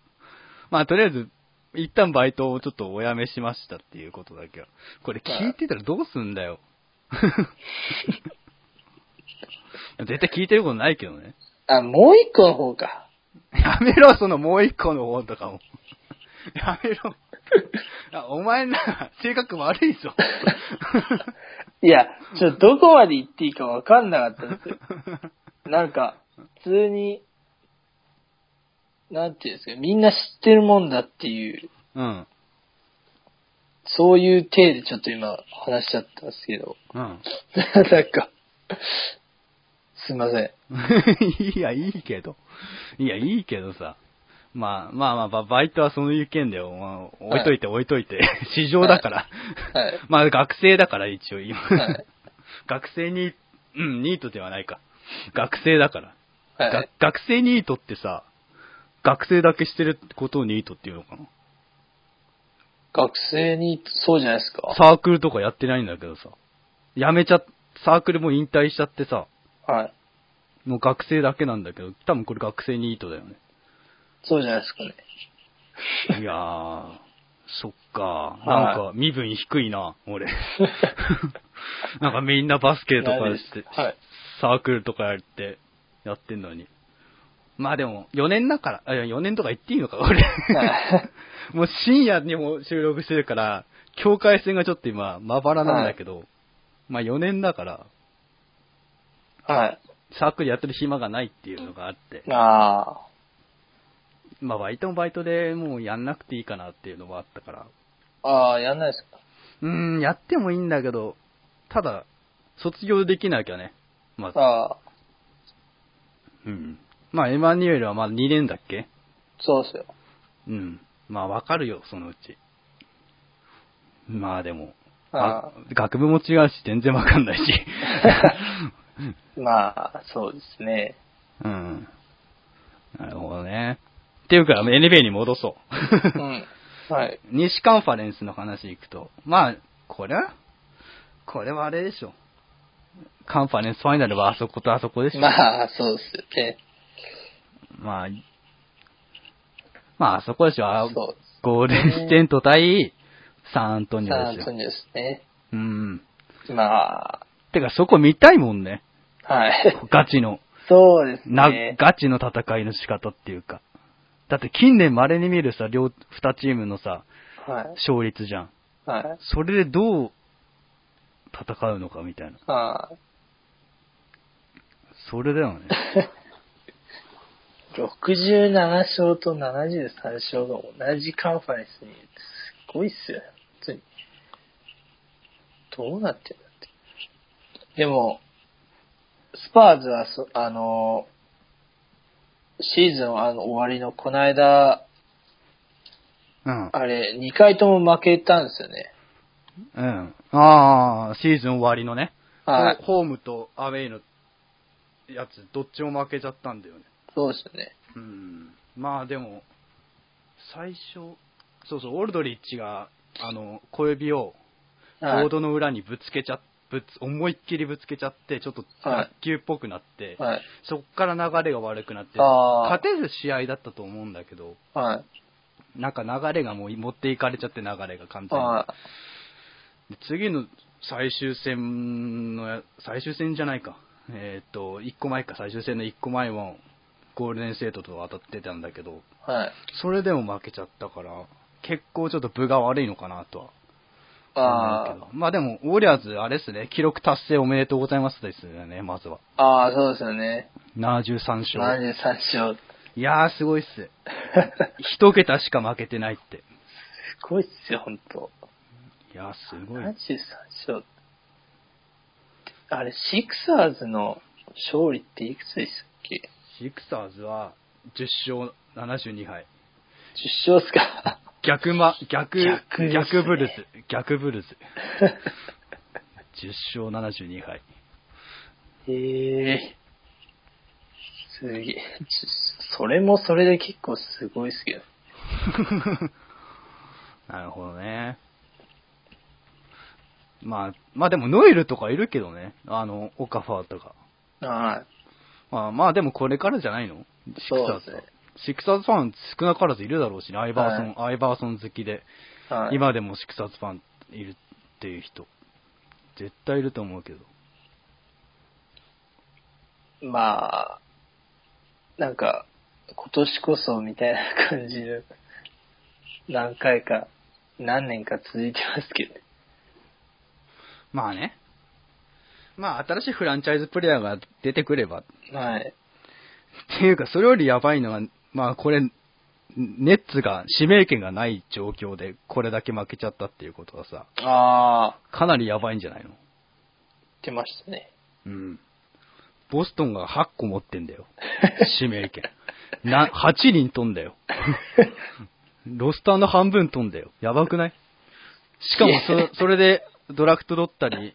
[SPEAKER 1] まあ、とりあえず、一旦バイトをちょっとお辞めしましたっていうことだけは。これ聞いてたらどうすんだよ。 絶対聞いてることないけどね。
[SPEAKER 2] あ、もう一個の方か。
[SPEAKER 1] やめろ、そのもう一個の方とかも。やめ ろ。あお前な、性格悪い ぞ。
[SPEAKER 2] いや、ちょ、どこまで行っていいかわかんなかったんですよ。 なんか、普通に、なんていうんですか、みんな知ってるもんだっていう、
[SPEAKER 1] うん。
[SPEAKER 2] そういう体でちょっと今話しちゃったんですけど、
[SPEAKER 1] うん。
[SPEAKER 2] なんか、すいません。
[SPEAKER 1] いや、いいけど。いや、いいけどさ。まあまあまあバ、バイトはそういう件で、まあ置いといて置いといて。 市場だから。
[SPEAKER 2] はい
[SPEAKER 1] まあ、学生だから、一応今。
[SPEAKER 2] はい
[SPEAKER 1] 学生に、うん、ニートではないか。学生だから。
[SPEAKER 2] は
[SPEAKER 1] が
[SPEAKER 2] い。
[SPEAKER 1] 学生ニートってさ、学生だけしてることをニートっていうのかな。
[SPEAKER 2] 学生に、そうじゃないですか。
[SPEAKER 1] サークルとかやってないんだけどさ。やめちゃ、サークルも引退しちゃってさ、
[SPEAKER 2] はい。
[SPEAKER 1] もう学生だけなんだけど、多分これ学生ニートだよ ね。
[SPEAKER 2] そうじゃないですかね。
[SPEAKER 1] いやー、そっか。なんか身分低いな、 俺。なんかみんなバスケとかして、
[SPEAKER 2] はい。
[SPEAKER 1] サークルとかやって、やってんのに。まあでも、4年だから、あ、いや4年とか言っていいのか、俺。
[SPEAKER 2] はい
[SPEAKER 1] もう深夜にも収録してるから、境界線がちょっと今、まばらなんだけど、まあ4年だから、
[SPEAKER 2] は
[SPEAKER 1] サークルやってる暇がないっていうのがあって
[SPEAKER 2] い。、あ
[SPEAKER 1] まあバイトもバイトでもうやんなくていいかなっていうのもあったから、
[SPEAKER 2] あ。ああ、やんないですか。
[SPEAKER 1] うーん、やってもいいんだけど、ただ、卒業できなきゃね、まず。
[SPEAKER 2] ああ、
[SPEAKER 1] うん。まあエマニュエルはまあ2年だっけ
[SPEAKER 2] そうですよ。
[SPEAKER 1] うん。まあわかるよ、そのうち。まあでも、
[SPEAKER 2] ああ
[SPEAKER 1] あ学部も違うし、全然わかんないし。
[SPEAKER 2] まあ、そうですね。
[SPEAKER 1] うん。なるほどね。っていうか、NBA に戻そうう。
[SPEAKER 2] ん。はい。
[SPEAKER 1] 西カンファレンスの話行くと、まあ、これは、これはあれでしょ。カンファレンスファイナルはあそことあそこでしょ。
[SPEAKER 2] まあ、そうですよね。
[SPEAKER 1] まあ、まあ、あそこでしょ。あ
[SPEAKER 2] そうです。
[SPEAKER 1] ゴールデンステント対サンアントニ
[SPEAKER 2] サ
[SPEAKER 1] オ
[SPEAKER 2] ン
[SPEAKER 1] で
[SPEAKER 2] アン
[SPEAKER 1] す
[SPEAKER 2] ト
[SPEAKER 1] よ。
[SPEAKER 2] ニオですね。
[SPEAKER 1] うん。
[SPEAKER 2] まあ、
[SPEAKER 1] てか、そこ見たいもんね。
[SPEAKER 2] はい。
[SPEAKER 1] ガチの、
[SPEAKER 2] そうです
[SPEAKER 1] な、
[SPEAKER 2] ね。
[SPEAKER 1] ガチの戦いの仕方っていうか。だって近年稀に見るさ、両、二チームのさ、
[SPEAKER 2] はい。
[SPEAKER 1] 勝率じゃん。
[SPEAKER 2] はい。
[SPEAKER 1] それでどう戦うのかみたいな。
[SPEAKER 2] ああ、
[SPEAKER 1] それだよね。
[SPEAKER 2] 67勝と73勝が同じカンファレンスに、すごいっすよね。本当に。どうなってんだって。でも、スパーズはそ、あの、シーズンあの終わりの、この間、
[SPEAKER 1] うん。
[SPEAKER 2] あれ、2回とも負けたんですよね。
[SPEAKER 1] うん。ああ、シーズン終わりのね。
[SPEAKER 2] はい。
[SPEAKER 1] ホームとアウェイのやつ、どっちも負けちゃったんだよね。
[SPEAKER 2] そうですよね。
[SPEAKER 1] うん。まあでも、最初、そうそう、オルドリッチが、あの、小指をボ
[SPEAKER 2] はい
[SPEAKER 1] ードの裏にぶつけちゃ、ぶつ、思いっきりぶつけちゃって、ちょっと
[SPEAKER 2] はい
[SPEAKER 1] 卓球っぽくなって、
[SPEAKER 2] はい。
[SPEAKER 1] そっから流れが悪くなって、
[SPEAKER 2] あー
[SPEAKER 1] 勝てる試合だったと思うんだけど、
[SPEAKER 2] はい。
[SPEAKER 1] なんか流れがもう持っていかれちゃって流れが完全に。
[SPEAKER 2] は
[SPEAKER 1] で次の最終戦のや、最終戦じゃないか。えーっと、1個前か、最終戦の1個前もゴールデンステートと当たってたんだけど、
[SPEAKER 2] い。はい。
[SPEAKER 1] それでも負けちゃったから、結構ちょっと分が悪いのかなとは思う
[SPEAKER 2] あ
[SPEAKER 1] けど。まあでも、ウォリアーズ、あれですね、記録達成おめでとうございますですよね、まずは。
[SPEAKER 2] あ、ああ、そうですよね。
[SPEAKER 1] 73勝。
[SPEAKER 2] 73勝。
[SPEAKER 1] いやー、すごいっす。 一桁しか負けてないって。
[SPEAKER 2] すごいっすよ、ほんと。
[SPEAKER 1] いやー、すごい。
[SPEAKER 2] 73勝。あれ、シクサーズの勝利っていくつでしたっけ
[SPEAKER 1] シクサーズは10勝72敗。
[SPEAKER 2] ?10 勝っすか
[SPEAKER 1] 逆ま、逆、
[SPEAKER 2] 逆ですね
[SPEAKER 1] 逆ブルズ。逆ブルズ。10勝72敗。
[SPEAKER 2] へえ。すげえ。ちそれもそれで結構すごいっすけど。
[SPEAKER 1] なるほどね。まあ、まあでもノエルとかいるけどね。あの、オカファーとか。
[SPEAKER 2] ああ、
[SPEAKER 1] まあまあでもこれからじゃないのシクサ
[SPEAKER 2] そう
[SPEAKER 1] ー
[SPEAKER 2] で
[SPEAKER 1] ズ
[SPEAKER 2] す
[SPEAKER 1] は
[SPEAKER 2] ね。
[SPEAKER 1] シクサーズファン少なからずいるだろうしね。アイバーソン、アイバーソン好きで。
[SPEAKER 2] はい
[SPEAKER 1] 今でもシクサーズファンいるっていう人。絶対いると思うけど。
[SPEAKER 2] まあ、なんか、今年こそみたいな感じで、何回か、何年か続いてますけどね。
[SPEAKER 1] まあね。まあ新しいフランチャイズプレイヤーが出てくれば。っ
[SPEAKER 2] はい。
[SPEAKER 1] ていうか、それよりやばいのは、まあこれ、ネッツが指名権がない状況でこれだけ負けちゃったっていうことはさ、
[SPEAKER 2] ああ、
[SPEAKER 1] かなりやばいんじゃないの
[SPEAKER 2] 出ましたね。
[SPEAKER 1] うん。ボストンが8個持ってんだよ。指名権。な、8人飛んだよ。ロスターの半分飛んだよ。やばくないしかも
[SPEAKER 2] い
[SPEAKER 1] そ、それでドラフト取ったり、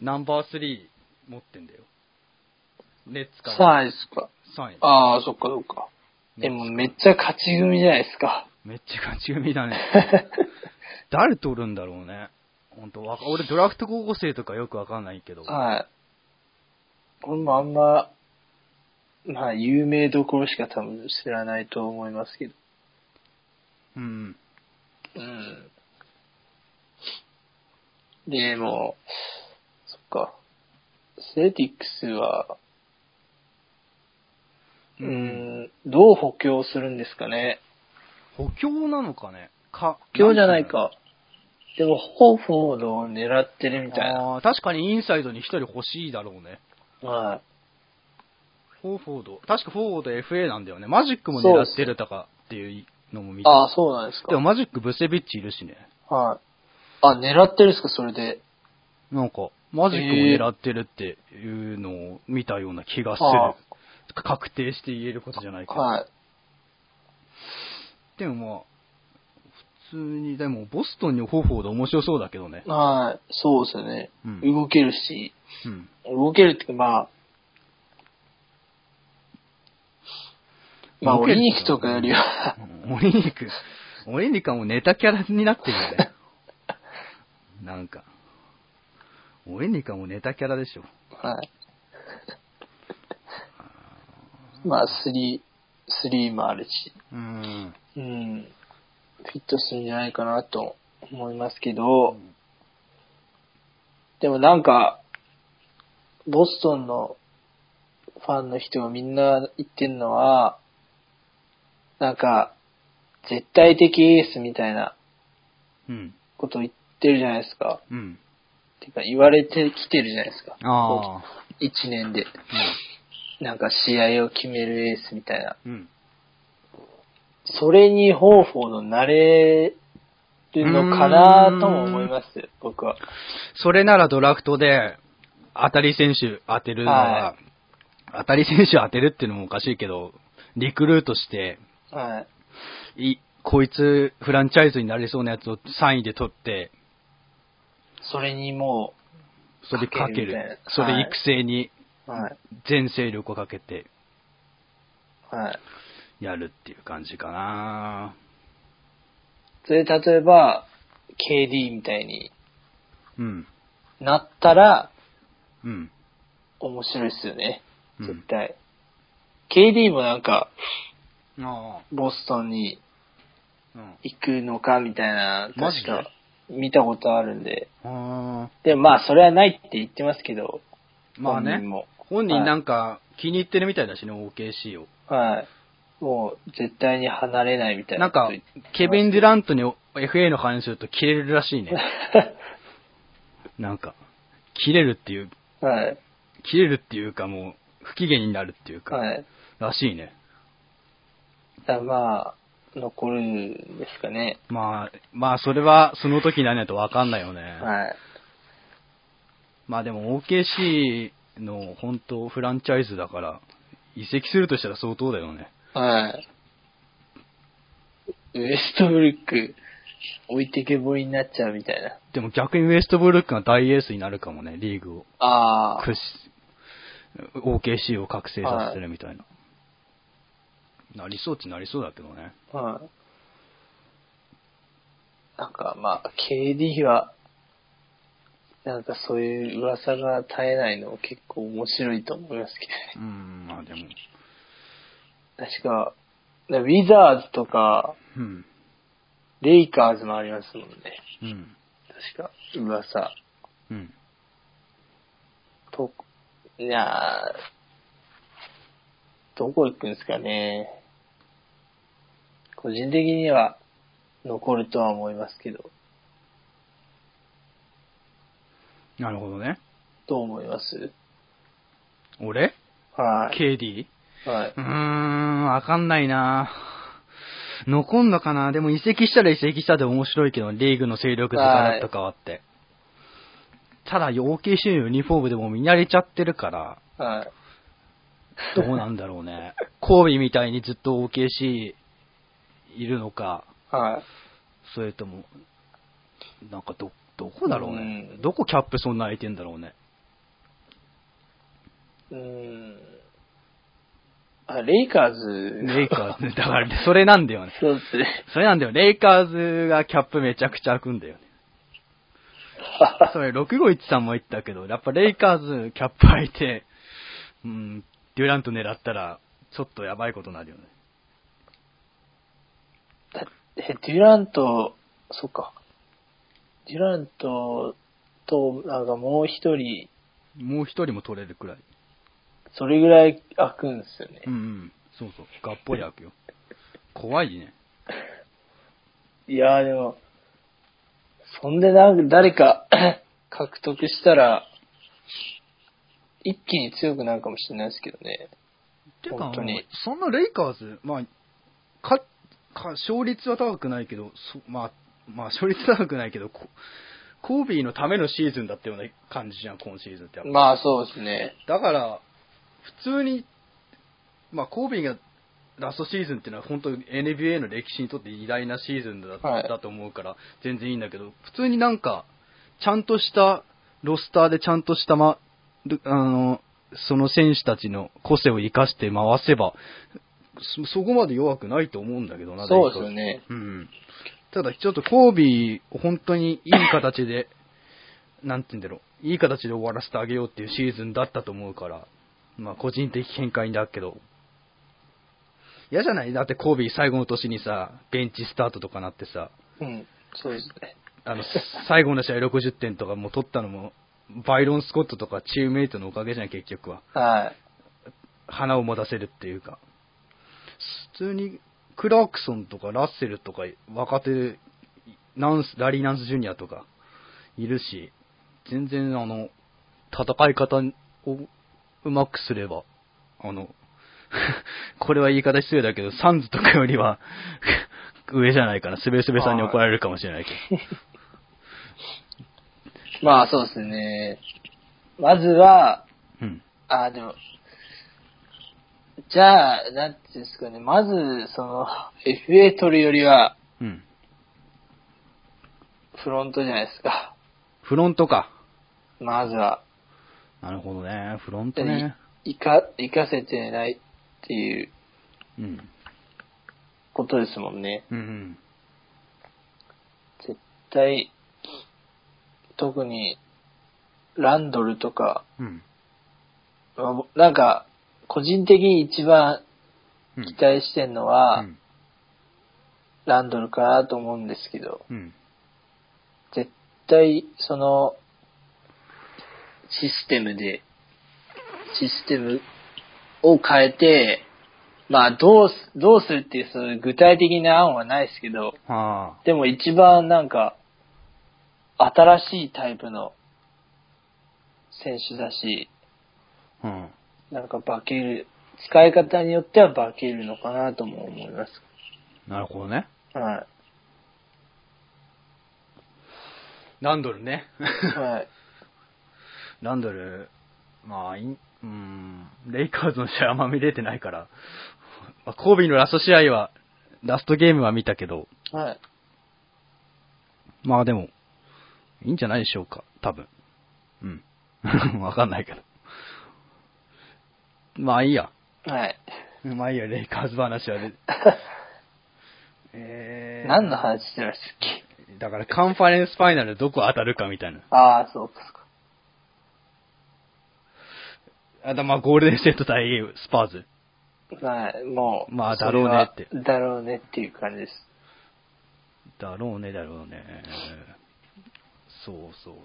[SPEAKER 1] ナンバー3持ってんだよ。ネッツから。
[SPEAKER 2] 3位ですか。
[SPEAKER 1] 3位。
[SPEAKER 2] ああ、そっかそっか。でもめっちゃ勝ち組じゃないですか。
[SPEAKER 1] めっちゃ勝ち組だね。誰取るんだろうね。ほんと、わか俺ドラフト高校生とかよくわかんないけど。
[SPEAKER 2] はい。これもあんま、まあ、有名どころしか多分知らないと思いますけど。
[SPEAKER 1] うん。
[SPEAKER 2] うん。でも、そっか。セルティックスは、うーん、どう補強するんですかね。
[SPEAKER 1] 補強なのかねか。
[SPEAKER 2] 補強じゃないか。でも、ホーフォードを狙ってるみたいな。
[SPEAKER 1] あー確かにインサイドに1人欲しいだろうね。
[SPEAKER 2] はい。
[SPEAKER 1] フォーフォード。確かフォーフォード FA なんだよね。マジックも狙ってるとかっていうのも見た。
[SPEAKER 2] ああ、そうなんです
[SPEAKER 1] でも
[SPEAKER 2] か。
[SPEAKER 1] マジックブセビッチいるしね。
[SPEAKER 2] はい。あ、狙ってるんですか、それで。
[SPEAKER 1] なんか、マジックも狙ってるっていうのを見たような気がする。
[SPEAKER 2] あ
[SPEAKER 1] 確定して言えることじゃないけど。
[SPEAKER 2] はい。
[SPEAKER 1] でもまあ、普通に、でもボストンにフォーフォード面白そうだけどね。
[SPEAKER 2] はい。そうですよね。
[SPEAKER 1] うん
[SPEAKER 2] 動けるし、
[SPEAKER 1] うん。
[SPEAKER 2] 動けるっていうか、まあ、まあ、
[SPEAKER 1] 動
[SPEAKER 2] オ
[SPEAKER 1] ける
[SPEAKER 2] リニクとかよりは、
[SPEAKER 1] オリニク、オリニクはもうネタキャラになってるよね。なんか。オリニクはもうネタキャラでしょ。
[SPEAKER 2] はい。まあ、スリー、スリーもあるし、
[SPEAKER 1] うん。
[SPEAKER 2] うん。フィットするんじゃないかなと思いますけど、でもなんか、ボストンのファンの人がみんな言ってるのは、なんか、絶対的エースみたいな
[SPEAKER 1] うん。
[SPEAKER 2] こと言ってるじゃないですか。
[SPEAKER 1] うん。
[SPEAKER 2] てか、言われてきてるじゃないですか。
[SPEAKER 1] ああ。
[SPEAKER 2] 1年で。なんか試合を決めるエースみたいな。
[SPEAKER 1] うん。
[SPEAKER 2] それにホーフォードなれるのかなとも思います、僕は。
[SPEAKER 1] それならドラフトで、当たり選手当てるのは、
[SPEAKER 2] は
[SPEAKER 1] 当たり選手当てるっていうのもおかしいけど、リクルートして、
[SPEAKER 2] はい。
[SPEAKER 1] い、こいつフランチャイズになれそうなやつを3位で取って、
[SPEAKER 2] それにも
[SPEAKER 1] それかける。
[SPEAKER 2] かけるみたいな
[SPEAKER 1] それ育成に
[SPEAKER 2] う、はい。
[SPEAKER 1] 全勢力をかけて
[SPEAKER 2] はい。
[SPEAKER 1] やるっていう感じかな
[SPEAKER 2] それで例えば、KD みたいに
[SPEAKER 1] うん。
[SPEAKER 2] なったら
[SPEAKER 1] うん。
[SPEAKER 2] 面白いですよね。
[SPEAKER 1] うん
[SPEAKER 2] 絶対。KD もなんか、
[SPEAKER 1] あ
[SPEAKER 2] ボストンに
[SPEAKER 1] あ。うん。
[SPEAKER 2] 行くのかみたいな、
[SPEAKER 1] マジ
[SPEAKER 2] 確
[SPEAKER 1] で
[SPEAKER 2] か見たことあるんで。
[SPEAKER 1] ああ。
[SPEAKER 2] でもまあ、それはないって言ってますけど、
[SPEAKER 1] まあ
[SPEAKER 2] 本
[SPEAKER 1] ね
[SPEAKER 2] 人。も。
[SPEAKER 1] 本人なんか気に入ってるみたいだしね、OKC を。
[SPEAKER 2] はい。もう、絶対に離れないみたい
[SPEAKER 1] な
[SPEAKER 2] なんこと
[SPEAKER 1] か
[SPEAKER 2] 言って。、
[SPEAKER 1] ケビン・デュラントに FA の話すると切れるらしい ね。なんか、切れるっていう、
[SPEAKER 2] はい。
[SPEAKER 1] 切れるっていうかもう、不機嫌になるっていうか、
[SPEAKER 2] はい。
[SPEAKER 1] らしいね。
[SPEAKER 2] だからまあ、残るんですかね。
[SPEAKER 1] まあ、まあ、それはその時にならないとわかんないよね。
[SPEAKER 2] はい。
[SPEAKER 1] まあでも OKC の本当フランチャイズだから、移籍するとしたら相当だよね。
[SPEAKER 2] はい。ウエストブルック、置いてけぼりになっちゃうみたいな。
[SPEAKER 1] でも逆にウエストブルックが大エースになるかもね、リーグを
[SPEAKER 2] ああ。
[SPEAKER 1] 屈し、OKC を覚醒させるみたいな。なりそうっちなりそうだけどね。
[SPEAKER 2] はい。なんかまあ、KD は、なんかそういう噂が絶えないのも結構面白いと思いますけ
[SPEAKER 1] うーん、まあでも、
[SPEAKER 2] どね。確か、ウィザーズとか、
[SPEAKER 1] うん、
[SPEAKER 2] レイカーズもありますもんね。
[SPEAKER 1] うん、
[SPEAKER 2] 確か、噂。
[SPEAKER 1] うん。
[SPEAKER 2] と、いやーどこ行くんですかね。個人的には残るとは思いますけど、
[SPEAKER 1] なるほどね。
[SPEAKER 2] どう思います
[SPEAKER 1] 俺
[SPEAKER 2] はい。
[SPEAKER 1] ?KD?
[SPEAKER 2] はいう
[SPEAKER 1] ー。ん、わかんないな残んのかなでも移籍したら移籍したで面白いけど、リーグの勢力図がと変わって。ただ、OKC のユニフォームでも見慣れちゃってるから、
[SPEAKER 2] はい。
[SPEAKER 1] どうなんだろうね。神戸みたいにずっと OKC いるのか、
[SPEAKER 2] はい。
[SPEAKER 1] それとも、なんかど、どこだろうね。
[SPEAKER 2] うん
[SPEAKER 1] どこキャップそんな空いてんだろうね。
[SPEAKER 2] うーん。あ、レイカーズ。
[SPEAKER 1] レイカーズ、だから、それなんだよね。
[SPEAKER 2] そうですね。
[SPEAKER 1] それなんだよ。レイカーズがキャップめちゃくちゃ開くんだよね。それ、651さんも言ったけど、やっぱレイカーズキャップ開いて、うん、デュラント狙ったら、ちょっとやばいことになるよね。
[SPEAKER 2] だえ、デュラント、そっか。デュラントと、なんかもう一人、
[SPEAKER 1] もう一人も取れるくらい。
[SPEAKER 2] それぐらい開くんですよね
[SPEAKER 1] う。んうん。そうそう。がっぽり開くよ。怖いね。
[SPEAKER 2] いやーでも、そんでなんか誰か 獲得したら、一気に強くなるかもしれないですけどね。
[SPEAKER 1] てか、
[SPEAKER 2] 本当に
[SPEAKER 1] そんなレイカーズ、まあ、か、か、勝率は高くないけど、そまあ、まあ、勝率高くないけど、こコービーのためのシーズンだったような感じじゃん、今シーズンってやっぱ。
[SPEAKER 2] まあそうですね。
[SPEAKER 1] だから、普通に、まあ、コービーがラストシーズンっていうのは、本当に NBA の歴史にとって偉大なシーズンだ,、
[SPEAKER 2] はい
[SPEAKER 1] だと思うから、全然いいんだけど、普通になんか、ちゃんとしたロスターで、ちゃんとした、ま、るあの、その選手たちの個性を生かして回せば、そそこまで弱くないと思うんだけどな、
[SPEAKER 2] そうですよね。
[SPEAKER 1] うん。ただ、ちょっとコービーを本当にいい形で、 なんて言うんだろう、いい形で終わらせてあげようっていうシーズンだったと思うから、まあ個人的見解だけど、嫌じゃないだってコービー最後の年にさ、ベンチスタートとかなってさ、
[SPEAKER 2] うん。そうですね。
[SPEAKER 1] あ の、最後の試合60点とかもう取ったのも、バイロン・スコットとかチームメイトのおかげじゃん、結局は。
[SPEAKER 2] はい。
[SPEAKER 1] 花を持たせるっていうか、普通にクラークソンとかラッセルとか若手、ナンス、ラリー・ナンス・ジュニアとかいるし、全然あの、戦い方をうまくすれば、あの、 これは言い方失礼だけど、サンズとかよりは 上じゃないかな。スベスベさんに怒られるかもしれないけど。
[SPEAKER 2] まあそうですね。まずは、
[SPEAKER 1] うん。
[SPEAKER 2] あでも、じゃあ、なんていうんですかね、まず、その、FA 取るよりは、
[SPEAKER 1] うん。
[SPEAKER 2] フロントじゃないですか。
[SPEAKER 1] フロントか。
[SPEAKER 2] まずは、
[SPEAKER 1] なるほどね。フロントね。
[SPEAKER 2] いか、生かせてないっていう
[SPEAKER 1] うん。
[SPEAKER 2] ことですもんね。
[SPEAKER 1] うんうん。
[SPEAKER 2] 絶対、特に、ランドルとか、
[SPEAKER 1] うん。
[SPEAKER 2] まあなんか、個人的に一番
[SPEAKER 1] うん
[SPEAKER 2] 期待してるのは、
[SPEAKER 1] うん
[SPEAKER 2] ランドルかなと思うんですけど、
[SPEAKER 1] うん。
[SPEAKER 2] 絶対、その、システムで、システムを変えて、まあ、どうす、どうするっていう、その具体的な案はないですけど、
[SPEAKER 1] あ
[SPEAKER 2] でも一番なんか、新しいタイプの選手だし、
[SPEAKER 1] あ。うん。
[SPEAKER 2] なんか化ける使い方によっては化けるのかなとも思います。
[SPEAKER 1] なるほどね。
[SPEAKER 2] は
[SPEAKER 1] ランドルね。
[SPEAKER 2] い。はい。
[SPEAKER 1] ランドル、まあ、いんうーん、レイカーズの試合あんま見れてないから、まあ、コービーのラスト試合は、ラストゲームは見たけど、
[SPEAKER 2] はい。
[SPEAKER 1] まあでも、いいんじゃないでしょうか、多分。うん。 わかんないけど。まあいいや。
[SPEAKER 2] はい。
[SPEAKER 1] まあいいや、レイカーズ話はね。えー、
[SPEAKER 2] 何の話してましたっけ
[SPEAKER 1] だからカンファレンスファイナルどこ当たるかみたいな。
[SPEAKER 2] ああ、そうかそうか。
[SPEAKER 1] あだまあゴールデンステート対スパーズ。
[SPEAKER 2] はい、もう。
[SPEAKER 1] まあだろうねって
[SPEAKER 2] それはだろうねっていう感じです。
[SPEAKER 1] だろうね、だろうね。そうそう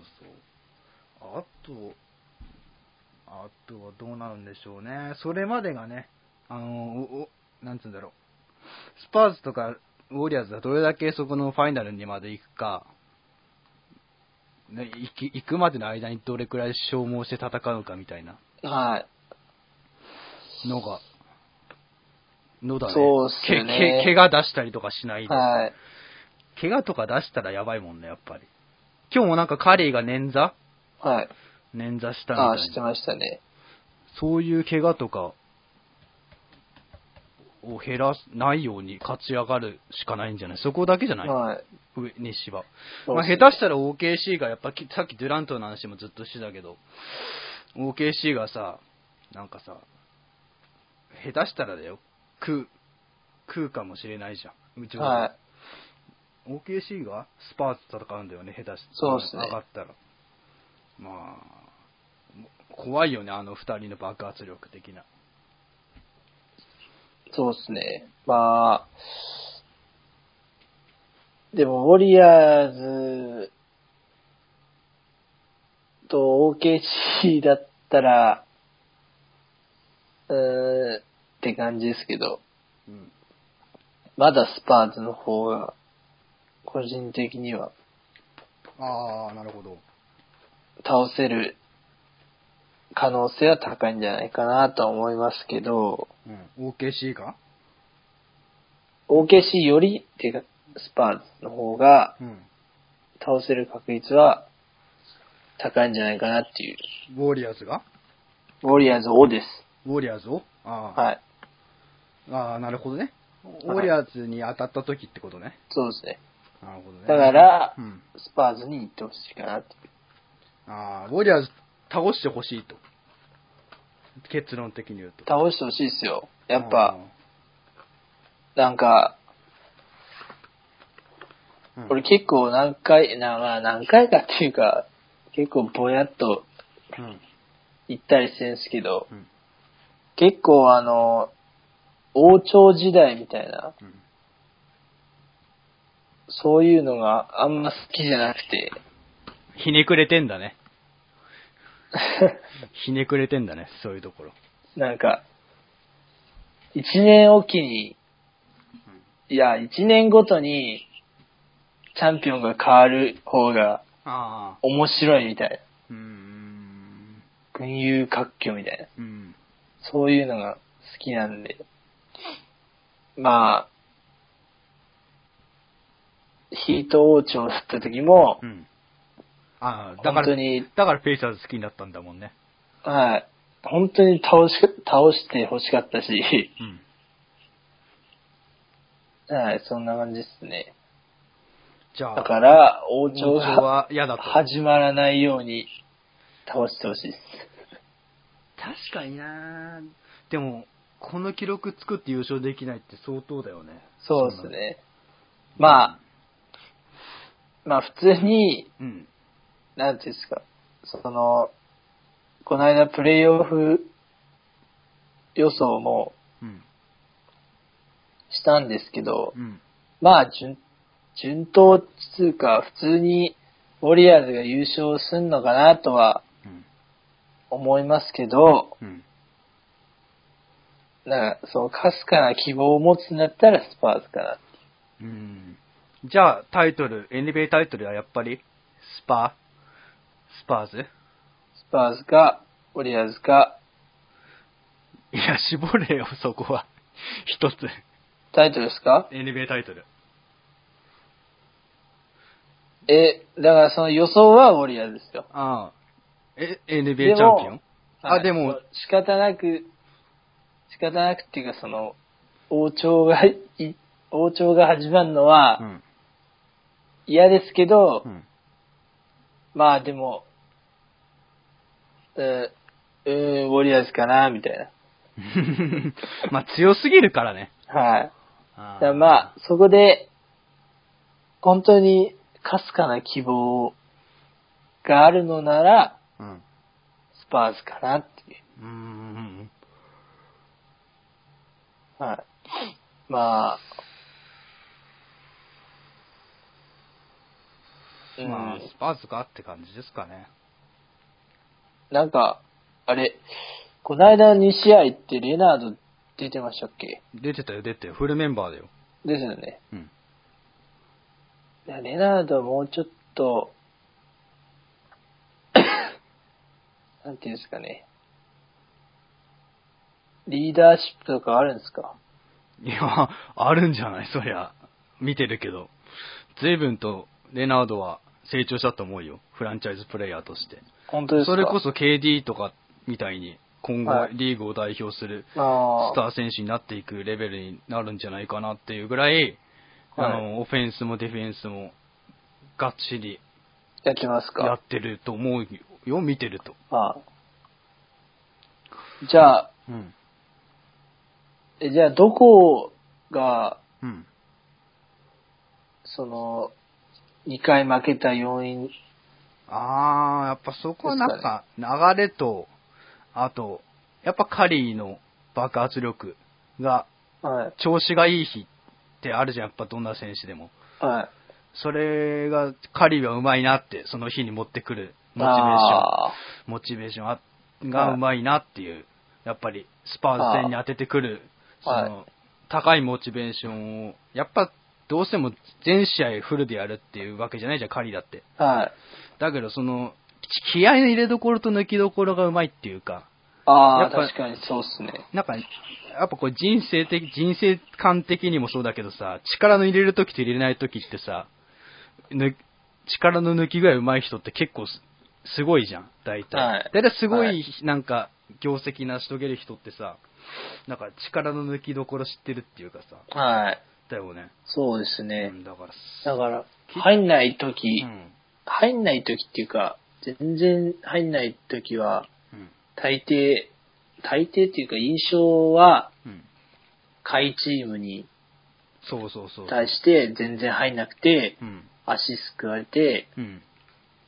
[SPEAKER 1] そう。あと、あとはどうなるんでしょうね。それまでがね、あの、おおなんつうんだろう。スパーズとかウォリアーズはどれだけそこのファイナルにまで行くか、ね、行き行くまでの間にどれくらい消耗して戦うかみたいな
[SPEAKER 2] はい。
[SPEAKER 1] のが、のだね。
[SPEAKER 2] そうっすよね
[SPEAKER 1] けけ怪我出したりとかしないで。
[SPEAKER 2] はい。
[SPEAKER 1] 怪我とか出したらやばいもんね、やっぱり。今日もなんかカリーが捻挫
[SPEAKER 2] はい。
[SPEAKER 1] 捻挫したみ
[SPEAKER 2] ああ、
[SPEAKER 1] たい
[SPEAKER 2] して
[SPEAKER 1] な。
[SPEAKER 2] ましたね。
[SPEAKER 1] そういう怪我とかを減らすないように勝ち上がるしかないんじゃないそこだけじゃない、
[SPEAKER 2] はい。
[SPEAKER 1] 上西は。
[SPEAKER 2] そう
[SPEAKER 1] ま
[SPEAKER 2] っ
[SPEAKER 1] あ、
[SPEAKER 2] すね
[SPEAKER 1] 下手したら OKC が、やっぱきさっきデュラントの話もずっとしてたけど、OKC がさ、なんかさ、下手したらだよ、食う、食うかもしれないじゃん。うちも
[SPEAKER 2] はい。
[SPEAKER 1] OKC がスパーズと戦うんだよね、下手して。
[SPEAKER 2] そうっすね
[SPEAKER 1] 上がったら。まあ、も怖いよね、あの二人の爆発力的な。
[SPEAKER 2] そうですね。まあ、でも、ウォリアーズと OKC だったら、うーん、って感じですけど、
[SPEAKER 1] うん。
[SPEAKER 2] まだスパーズの方が、個人的には
[SPEAKER 1] ああ、なるほど。
[SPEAKER 2] 倒せる可能性は高いんじゃないかなとは思いますけど、
[SPEAKER 1] うん。OKC が
[SPEAKER 2] OKC より、てか、スパーズの方が、
[SPEAKER 1] うん。
[SPEAKER 2] 倒せる確率は高いんじゃないかなっていう。
[SPEAKER 1] ウォリアーズが
[SPEAKER 2] ウォリアーズをです。
[SPEAKER 1] ウォリアーズをああ、
[SPEAKER 2] はい。
[SPEAKER 1] ああ、なるほどね。ウ
[SPEAKER 2] はい
[SPEAKER 1] ォリアーズに当たった時ってことね。
[SPEAKER 2] そうですね。
[SPEAKER 1] なるほどね。
[SPEAKER 2] だから
[SPEAKER 1] うん。
[SPEAKER 2] スパーズに行ってほしいかなっていう。
[SPEAKER 1] ああ、ウォリアーズ倒してほしいと。結論的に言うと。
[SPEAKER 2] 倒してほしいですよ。やっ
[SPEAKER 1] あ
[SPEAKER 2] ぱ、なんか、
[SPEAKER 1] あ、うん
[SPEAKER 2] 俺結構何回、なまあ何回かっていうか、結構ぼやっと
[SPEAKER 1] うん。
[SPEAKER 2] 行ったりしてるんですけど
[SPEAKER 1] う、ん。
[SPEAKER 2] 結構あの、王朝時代みたいな、
[SPEAKER 1] うん
[SPEAKER 2] そういうのがあんま好きじゃなく て、
[SPEAKER 1] ひねくれてんだね。ひねくれてんだね、そういうところ。
[SPEAKER 2] なんか、一年おきに、いや、一年ごとに、チャンピオンが変わる方が
[SPEAKER 1] ああ。
[SPEAKER 2] 面白いみたいな。
[SPEAKER 1] うーん。
[SPEAKER 2] 群雄割拠みたいな。
[SPEAKER 1] うん。
[SPEAKER 2] そういうのが好きなんで。まあ、ヒート王朝だった時も
[SPEAKER 1] う、ん。ああ、だか
[SPEAKER 2] 本当
[SPEAKER 1] ら、
[SPEAKER 2] に、
[SPEAKER 1] だからペイサーズ好きになったんだもんね。
[SPEAKER 2] はい、本当に倒し、倒して欲しかったし、
[SPEAKER 1] うん。
[SPEAKER 2] はい、そんな感じですね。
[SPEAKER 1] じゃ
[SPEAKER 2] だ
[SPEAKER 1] あ、
[SPEAKER 2] から、王朝
[SPEAKER 1] 王
[SPEAKER 2] が
[SPEAKER 1] 朝、は嫌だと。
[SPEAKER 2] 始まらないように倒してほしいです。
[SPEAKER 1] 確かになでも、この記録作って優勝できないって相当だよね。
[SPEAKER 2] そうですね。まあ、まあ普通に、
[SPEAKER 1] うん。
[SPEAKER 2] なんていうんですか、その、この間プレイオフ予想も
[SPEAKER 1] うん。
[SPEAKER 2] したんですけど、
[SPEAKER 1] うん。
[SPEAKER 2] まあ順、順当つうか、普通にウォリアーズが優勝すんのかなとは
[SPEAKER 1] うん。
[SPEAKER 2] 思いますけど、
[SPEAKER 1] うん。
[SPEAKER 2] なんか、その、かすかな希望を持つんだったらスパーズかな。
[SPEAKER 1] うん。じゃあ、タイトル、NBA タイトルはやっぱり、スパ、スパーズ
[SPEAKER 2] スパーズか、ウォリアーズか、
[SPEAKER 1] いやや、絞れよ、そこは。一つ。
[SPEAKER 2] タイトルですか
[SPEAKER 1] NBA タイトル。
[SPEAKER 2] え、だからその予想はウォリアーズですよ。
[SPEAKER 1] ああ。え、
[SPEAKER 2] で
[SPEAKER 1] NBA
[SPEAKER 2] も
[SPEAKER 1] チャンピオン
[SPEAKER 2] は
[SPEAKER 1] あ、
[SPEAKER 2] い
[SPEAKER 1] でも、、
[SPEAKER 2] 仕方なく、仕方なくっていうかその、王朝が、い王朝が始まるの
[SPEAKER 1] う
[SPEAKER 2] は
[SPEAKER 1] ん。
[SPEAKER 2] 嫌ですけど、
[SPEAKER 1] うん。
[SPEAKER 2] まあでも、えー、うーん、ウォリアーズかな、みたい
[SPEAKER 1] まあ、強すぎるからね。
[SPEAKER 2] な。はい。だから
[SPEAKER 1] あ
[SPEAKER 2] まあ、そこで、本当に、かすかな希望があるのなら、
[SPEAKER 1] あ。うん。
[SPEAKER 2] スパーズかなっていう
[SPEAKER 1] ーん。
[SPEAKER 2] う。はい。まあ、うん、
[SPEAKER 1] まあ、スパーズかって感じですかね。
[SPEAKER 2] なんか、あれ、こないだ2試合ってレナード出てましたっけ
[SPEAKER 1] 出てたよ、出てたよ。フルメンバーだよ。
[SPEAKER 2] ですよね。
[SPEAKER 1] うん。
[SPEAKER 2] いやレナードはもうちょっと、 なんていうんですかね。リーダーシップとかあるんですか
[SPEAKER 1] いや、あるんじゃないそりゃ。見てるけど。随分と、レナードは成長したと思うよ。フランチャイズプレイヤーとして。
[SPEAKER 2] 本当ですか
[SPEAKER 1] それこそ KD とかみたいに、今後
[SPEAKER 2] はい
[SPEAKER 1] リーグを代表する
[SPEAKER 2] あ
[SPEAKER 1] スタ
[SPEAKER 2] ー
[SPEAKER 1] ー選手になっていくレベルになるんじゃないかなっていうぐらい、あ
[SPEAKER 2] はい
[SPEAKER 1] の、オフェンスもディフェンスも、がっちり
[SPEAKER 2] やってます
[SPEAKER 1] やっ
[SPEAKER 2] か
[SPEAKER 1] てると思うよ、見てると。
[SPEAKER 2] あーじゃあ、
[SPEAKER 1] うん。
[SPEAKER 2] えじゃあどこが、
[SPEAKER 1] うん。
[SPEAKER 2] その、2回負けた要因
[SPEAKER 1] あー、やっぱそこはなんか、流れと、あと、やっぱカリーの爆発力が、
[SPEAKER 2] はい。
[SPEAKER 1] 調子がいい日ってあるじゃん、やっぱどんな選手でも。
[SPEAKER 2] はい。
[SPEAKER 1] それが、カリーはうまいなって、その日に持ってくるモチベーション。
[SPEAKER 2] あ
[SPEAKER 1] モチベーションあがうまいなっていう、やっぱりスパーズ戦に当ててくる、そ
[SPEAKER 2] はい
[SPEAKER 1] の、高いモチベーションを、やっぱどうしても全試合フルでやるっていうわけじゃないじゃん、カリーだって。
[SPEAKER 2] ーはい。
[SPEAKER 1] だけど、その、気気合いの入れどころと抜きどころがうまいっていうか、
[SPEAKER 2] あ
[SPEAKER 1] や
[SPEAKER 2] あ、
[SPEAKER 1] っぱ
[SPEAKER 2] 確かにそうっすね。
[SPEAKER 1] なんか、やっぱこう人生的、人生観的にもそうだけどさ、力の入れるときと入れないときってさ、ぬ力の抜き具合上手い人って結構すすごいじゃん、大体。
[SPEAKER 2] はい
[SPEAKER 1] 大体すごい、
[SPEAKER 2] はい
[SPEAKER 1] なんか、業績成し遂げる人ってさ、なんか力の抜きどころ知ってるっていうかさ、
[SPEAKER 2] はい。
[SPEAKER 1] だよね。
[SPEAKER 2] そうです
[SPEAKER 1] う
[SPEAKER 2] ね。
[SPEAKER 1] ん、だからす、
[SPEAKER 2] だから
[SPEAKER 1] き、
[SPEAKER 2] 入んないと
[SPEAKER 1] う
[SPEAKER 2] き、
[SPEAKER 1] ん。
[SPEAKER 2] 入んないときっていうか、全然入んないときは、
[SPEAKER 1] うん。
[SPEAKER 2] 大抵、大抵っていうか印象は、
[SPEAKER 1] うん。
[SPEAKER 2] 下位チームに
[SPEAKER 1] そうそうそう。
[SPEAKER 2] 対して全然入んなくて、
[SPEAKER 1] うん。
[SPEAKER 2] 足すくわれて、
[SPEAKER 1] うん。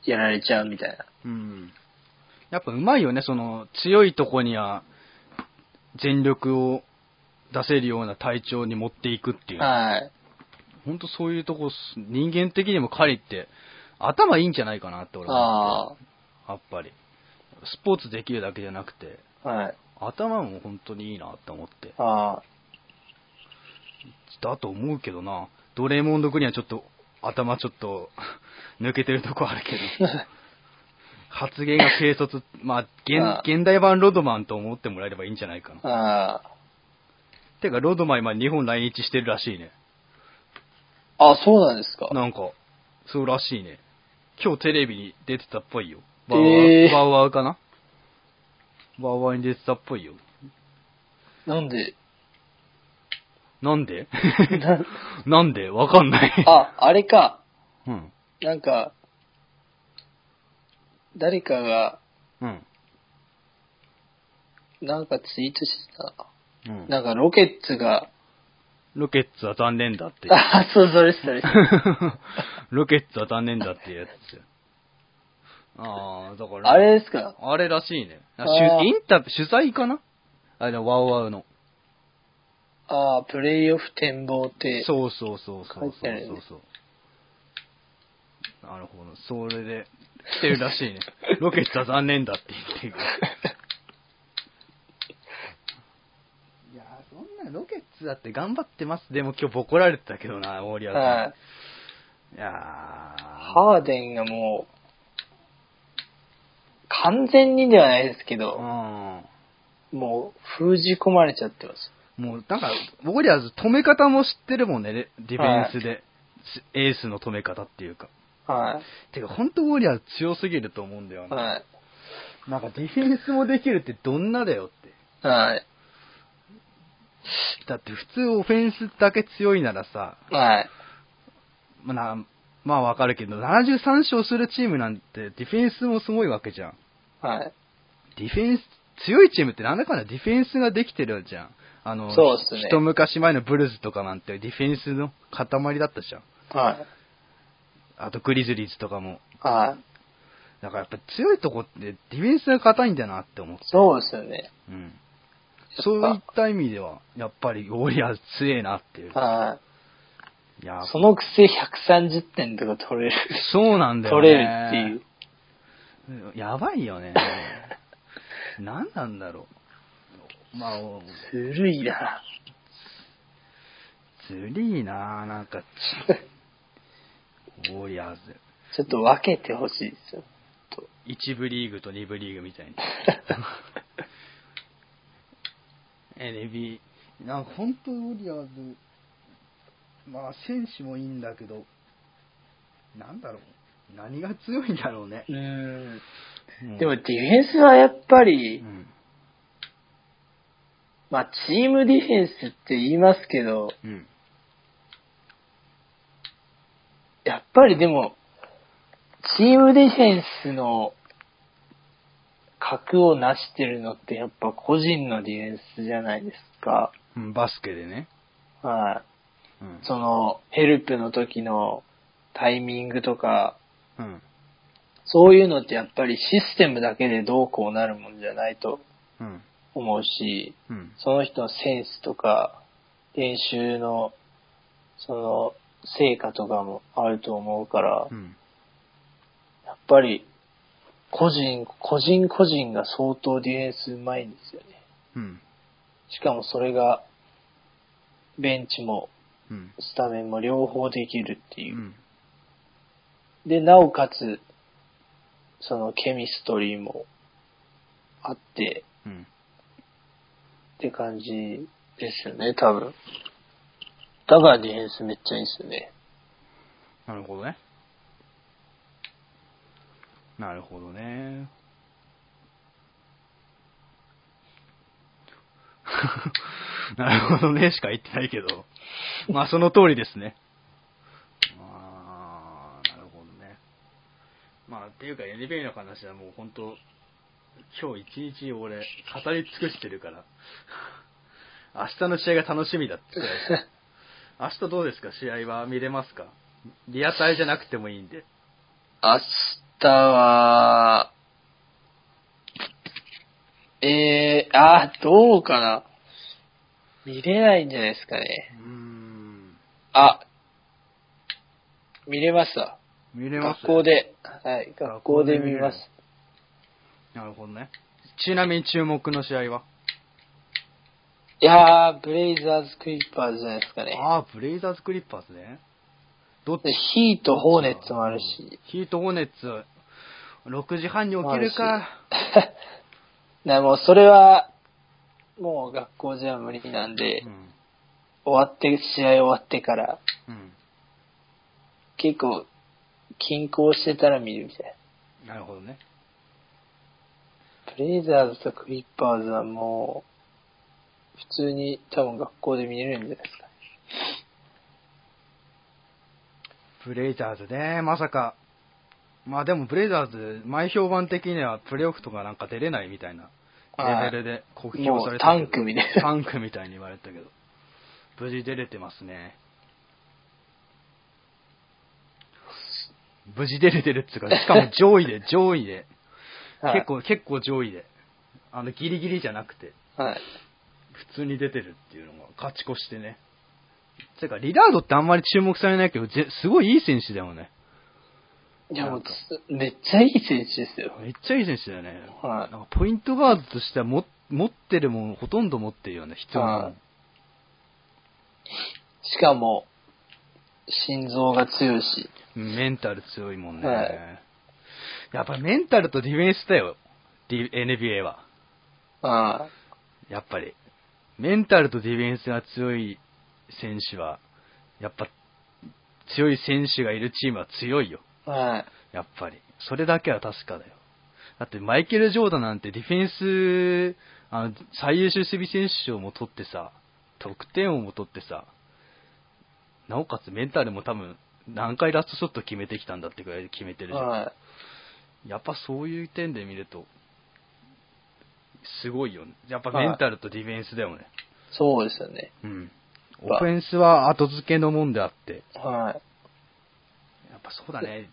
[SPEAKER 2] やられちゃうみたいな。
[SPEAKER 1] うん。やっぱうまいよね、その、強いとこには、全力を出せるような体調に持っていくっていう。
[SPEAKER 2] はい。
[SPEAKER 1] ほんとそういうとこっす、人間的にも彼って、頭いいんじゃないかなって俺は。
[SPEAKER 2] あ
[SPEAKER 1] やっぱり。スポーツできるだけじゃなくて、
[SPEAKER 2] あ、はい。
[SPEAKER 1] 頭も本当にいいなって思って。
[SPEAKER 2] あ
[SPEAKER 1] だと思うけどな。ドレーモンド・グリーンはちょっと、頭ちょっと、 抜けてるとこあるけど。
[SPEAKER 2] あ。
[SPEAKER 1] 発言が軽率、まあ、
[SPEAKER 2] ああ
[SPEAKER 1] 現現代版ロドマンと思ってもらえればいいんじゃないかな。
[SPEAKER 2] あ
[SPEAKER 1] てか、ロードマン今日本来日してるらしいね。
[SPEAKER 2] あ。あ、そうなんですか。
[SPEAKER 1] なんか、そうらしいね。今日テレビに出てたっぽいよ。バウアー、
[SPEAKER 2] えー
[SPEAKER 1] バウアーかなバウアーに出てたっぽいよ。
[SPEAKER 2] なんで、
[SPEAKER 1] なんで
[SPEAKER 2] な
[SPEAKER 1] なんでわかんない。
[SPEAKER 2] あ、あれか。
[SPEAKER 1] うん。
[SPEAKER 2] なんか、誰かが、
[SPEAKER 1] うん。
[SPEAKER 2] なんかツイートしてた
[SPEAKER 1] うん
[SPEAKER 2] な。なんかロケッツが、
[SPEAKER 1] ロケッツは残念だっていう。
[SPEAKER 2] あ、そう、それそれ。
[SPEAKER 1] ロケッツは残念だっていうやつですよ。あー、だから。
[SPEAKER 2] あれですか
[SPEAKER 1] あれらしいね。あ
[SPEAKER 2] あー
[SPEAKER 1] しゅインタビュー、取材かなあれだ、ワウワウの。
[SPEAKER 2] ああ、プレイオフ展望って。う。
[SPEAKER 1] そうそうそうそうそ
[SPEAKER 2] 書
[SPEAKER 1] う
[SPEAKER 2] いてある
[SPEAKER 1] そ
[SPEAKER 2] よ
[SPEAKER 1] う
[SPEAKER 2] ね
[SPEAKER 1] そう。なるほど。それで、来てるらし いね。ロケットは残念だって言ってる。いやーそんなロケッツだって頑張ってます。でも今日ボコられてたけどな、ウォリアーズに
[SPEAKER 2] はい。
[SPEAKER 1] いやー
[SPEAKER 2] ハーデンがもう、完全にではないですけ
[SPEAKER 1] う
[SPEAKER 2] ど、
[SPEAKER 1] ん。
[SPEAKER 2] もう封じ込まれちゃってます。
[SPEAKER 1] もう、なんか、ウォリアーズ止め方も知ってるもんね、レディフェンスで、しエースの止め方っていうか。
[SPEAKER 2] は
[SPEAKER 1] てか、ほんとウォリアーズ強すぎると思うんだよ
[SPEAKER 2] い。
[SPEAKER 1] ね。
[SPEAKER 2] はい。
[SPEAKER 1] なんかディフェンスもできるってどんなだよって。
[SPEAKER 2] はい。
[SPEAKER 1] だって普通オフェンスだけ強いならさ、
[SPEAKER 2] はい。
[SPEAKER 1] まあな、まあわかるけど、73勝するチームなんてディフェンスもすごいわけじゃん。
[SPEAKER 2] はい。
[SPEAKER 1] ディフェンス、強いチームってなんだかんだディフェンスができてるじゃん。あの、
[SPEAKER 2] そうっすね
[SPEAKER 1] 一昔前のブルーズとかなんてディフェンスの塊だったじゃん。
[SPEAKER 2] はい。
[SPEAKER 1] あとグリズリーズとかも。
[SPEAKER 2] はい。
[SPEAKER 1] だからやっぱ強いとこってディフェンスが硬いんだなって思って。
[SPEAKER 2] そうですよね。
[SPEAKER 1] うん。そういった意味では、やっぱりウォリアーズ強えなっていう。
[SPEAKER 2] はい
[SPEAKER 1] や
[SPEAKER 2] い。、そのくせ130点とか取れる。
[SPEAKER 1] そうなんだよ
[SPEAKER 2] 取
[SPEAKER 1] ね。
[SPEAKER 2] れるっていう。
[SPEAKER 1] うんやばいよ ね。何なんだろう。まあ、お
[SPEAKER 2] ずるいな。
[SPEAKER 1] ずりーななん か、ウォリアーズ。
[SPEAKER 2] ちょっと分けてほしいですよ。と
[SPEAKER 1] 1部リーグと2部リーグみたいに。え、レビー。なんか本当ウォリアーズ、まあ選手もいいんだけど、なんだろう。何が強いんだろうね
[SPEAKER 2] う。ーん。
[SPEAKER 1] うん
[SPEAKER 2] でもディフェンスはやっぱ
[SPEAKER 1] う
[SPEAKER 2] り、
[SPEAKER 1] ん。
[SPEAKER 2] まあチームディフェンスって言いますけど、
[SPEAKER 1] うん。
[SPEAKER 2] やっぱりでも、チームディフェンスの格を成してるのってやっぱ個人のディフェンスじゃないですか。
[SPEAKER 1] うんバスケでね。
[SPEAKER 2] は
[SPEAKER 1] うん
[SPEAKER 2] い。。その、ヘルプの時のタイミングとか、
[SPEAKER 1] うん。
[SPEAKER 2] そういうのってやっぱりシステムだけでどうこうなるもんじゃないと
[SPEAKER 1] うん。
[SPEAKER 2] 思うし、
[SPEAKER 1] うん。
[SPEAKER 2] その人のセンスとか、練習の、その、成果とかもあると思うから、
[SPEAKER 1] うん。
[SPEAKER 2] やっぱり、個人、個人個人が相当ディフェンスうまいんですよね。
[SPEAKER 1] うん。
[SPEAKER 2] しかもそれが、ベンチも
[SPEAKER 1] うん。
[SPEAKER 2] スタメンも両方できるって
[SPEAKER 1] う
[SPEAKER 2] いう。
[SPEAKER 1] ん。
[SPEAKER 2] で、なおかつ、そのケミストリーもあって
[SPEAKER 1] うん。
[SPEAKER 2] って感じですよね、多分。だからディフェンスめっちゃいいですよね。
[SPEAKER 1] なるほどね。なるほどね。 なるほどねしか言ってないけど。まあその通りですね。まあ、なるほどね。まあっていうか NBA の話はもう本当、今日一日俺語り尽くしてるから、 明日の試合が楽しみだって。明日どうですか試合は見れますかリアタイじゃなくてもいいんで。
[SPEAKER 2] 明日は、えー、あー、どうかな。見れないんじゃないですかね。
[SPEAKER 1] うーん。
[SPEAKER 2] あ、見れますわ。
[SPEAKER 1] 見れます
[SPEAKER 2] 学校。で、はい、学校で見ます。
[SPEAKER 1] なるほどね。ちなみに注目の試合はい
[SPEAKER 2] やー、ブレイザーズ・クリッパーズじゃないですかね。
[SPEAKER 1] ああ、ブレイザーズ・クリッパーズね。どっ
[SPEAKER 2] で
[SPEAKER 1] ち
[SPEAKER 2] ヒート、ホーネッツもあるし。
[SPEAKER 1] ヒート・ホーネッツ、6時半に起きるか。
[SPEAKER 2] な、もうそれは、もう学校じゃ無理なんで、
[SPEAKER 1] うん。
[SPEAKER 2] 終わって、試合終わってから、
[SPEAKER 1] うん。
[SPEAKER 2] 結構、均衡してたら見るみたい
[SPEAKER 1] なるほどね。
[SPEAKER 2] な。ブレイザーズとクリッパーズはもう、普通に多分学校で見れるんじゃないですか。
[SPEAKER 1] ブレイザーズね、まさか。まあでもブレイザーズ、前評判的にはプレーオフとかなんか出れないみたいなレベルで酷評されて
[SPEAKER 2] もうタンクみたいな
[SPEAKER 1] タンクみたいに言われたけど。無事出れてますね。無事出れてるっつ うか、しかも上位で、上位で。
[SPEAKER 2] はい
[SPEAKER 1] 結構、結構上位で。あの、ギリギリじゃなくて、
[SPEAKER 2] はい。
[SPEAKER 1] 普通に出てるっていうのが勝ち越してね。てか、リラードってあんまり注目されないけど、ぜすごいいい選手だよね。
[SPEAKER 2] いやも
[SPEAKER 1] なん
[SPEAKER 2] う
[SPEAKER 1] か
[SPEAKER 2] つ、めっちゃいい選手ですよ。
[SPEAKER 1] めっちゃいい選手だよね。
[SPEAKER 2] はい
[SPEAKER 1] なんかポイントガードとしてはも持ってるもん、ほとんど持ってるよね、必要なも
[SPEAKER 2] は
[SPEAKER 1] ん
[SPEAKER 2] い。しかも、心臓が強いし。
[SPEAKER 1] うんメンタル強いもんね。
[SPEAKER 2] はい
[SPEAKER 1] やっぱメンタルとディフェンスだよ、D- NBA は。
[SPEAKER 2] あ
[SPEAKER 1] やっぱり、メンタルとディフェンスが強い選手は、やっぱ、強い選手がいるチームは強いよ。
[SPEAKER 2] はい。
[SPEAKER 1] やっぱり。それだけは確かだよ。だってマイケル・ジョーダンなんてディフェンス、あの、最優秀守備選手賞も取ってさ、得点王も取ってさ、なおかつメンタルも多分、何回ラストショット決めてきたんだってくらい決めてるじゃん。
[SPEAKER 2] は
[SPEAKER 1] やっぱそういう点で見ると、すごいよね。やっぱメンタルとディフェンスだよね。
[SPEAKER 2] い。そうですよね。
[SPEAKER 1] うん。
[SPEAKER 2] まあ
[SPEAKER 1] オフェンスは後付けのもんであって。
[SPEAKER 2] はい。
[SPEAKER 1] やっぱそうだね。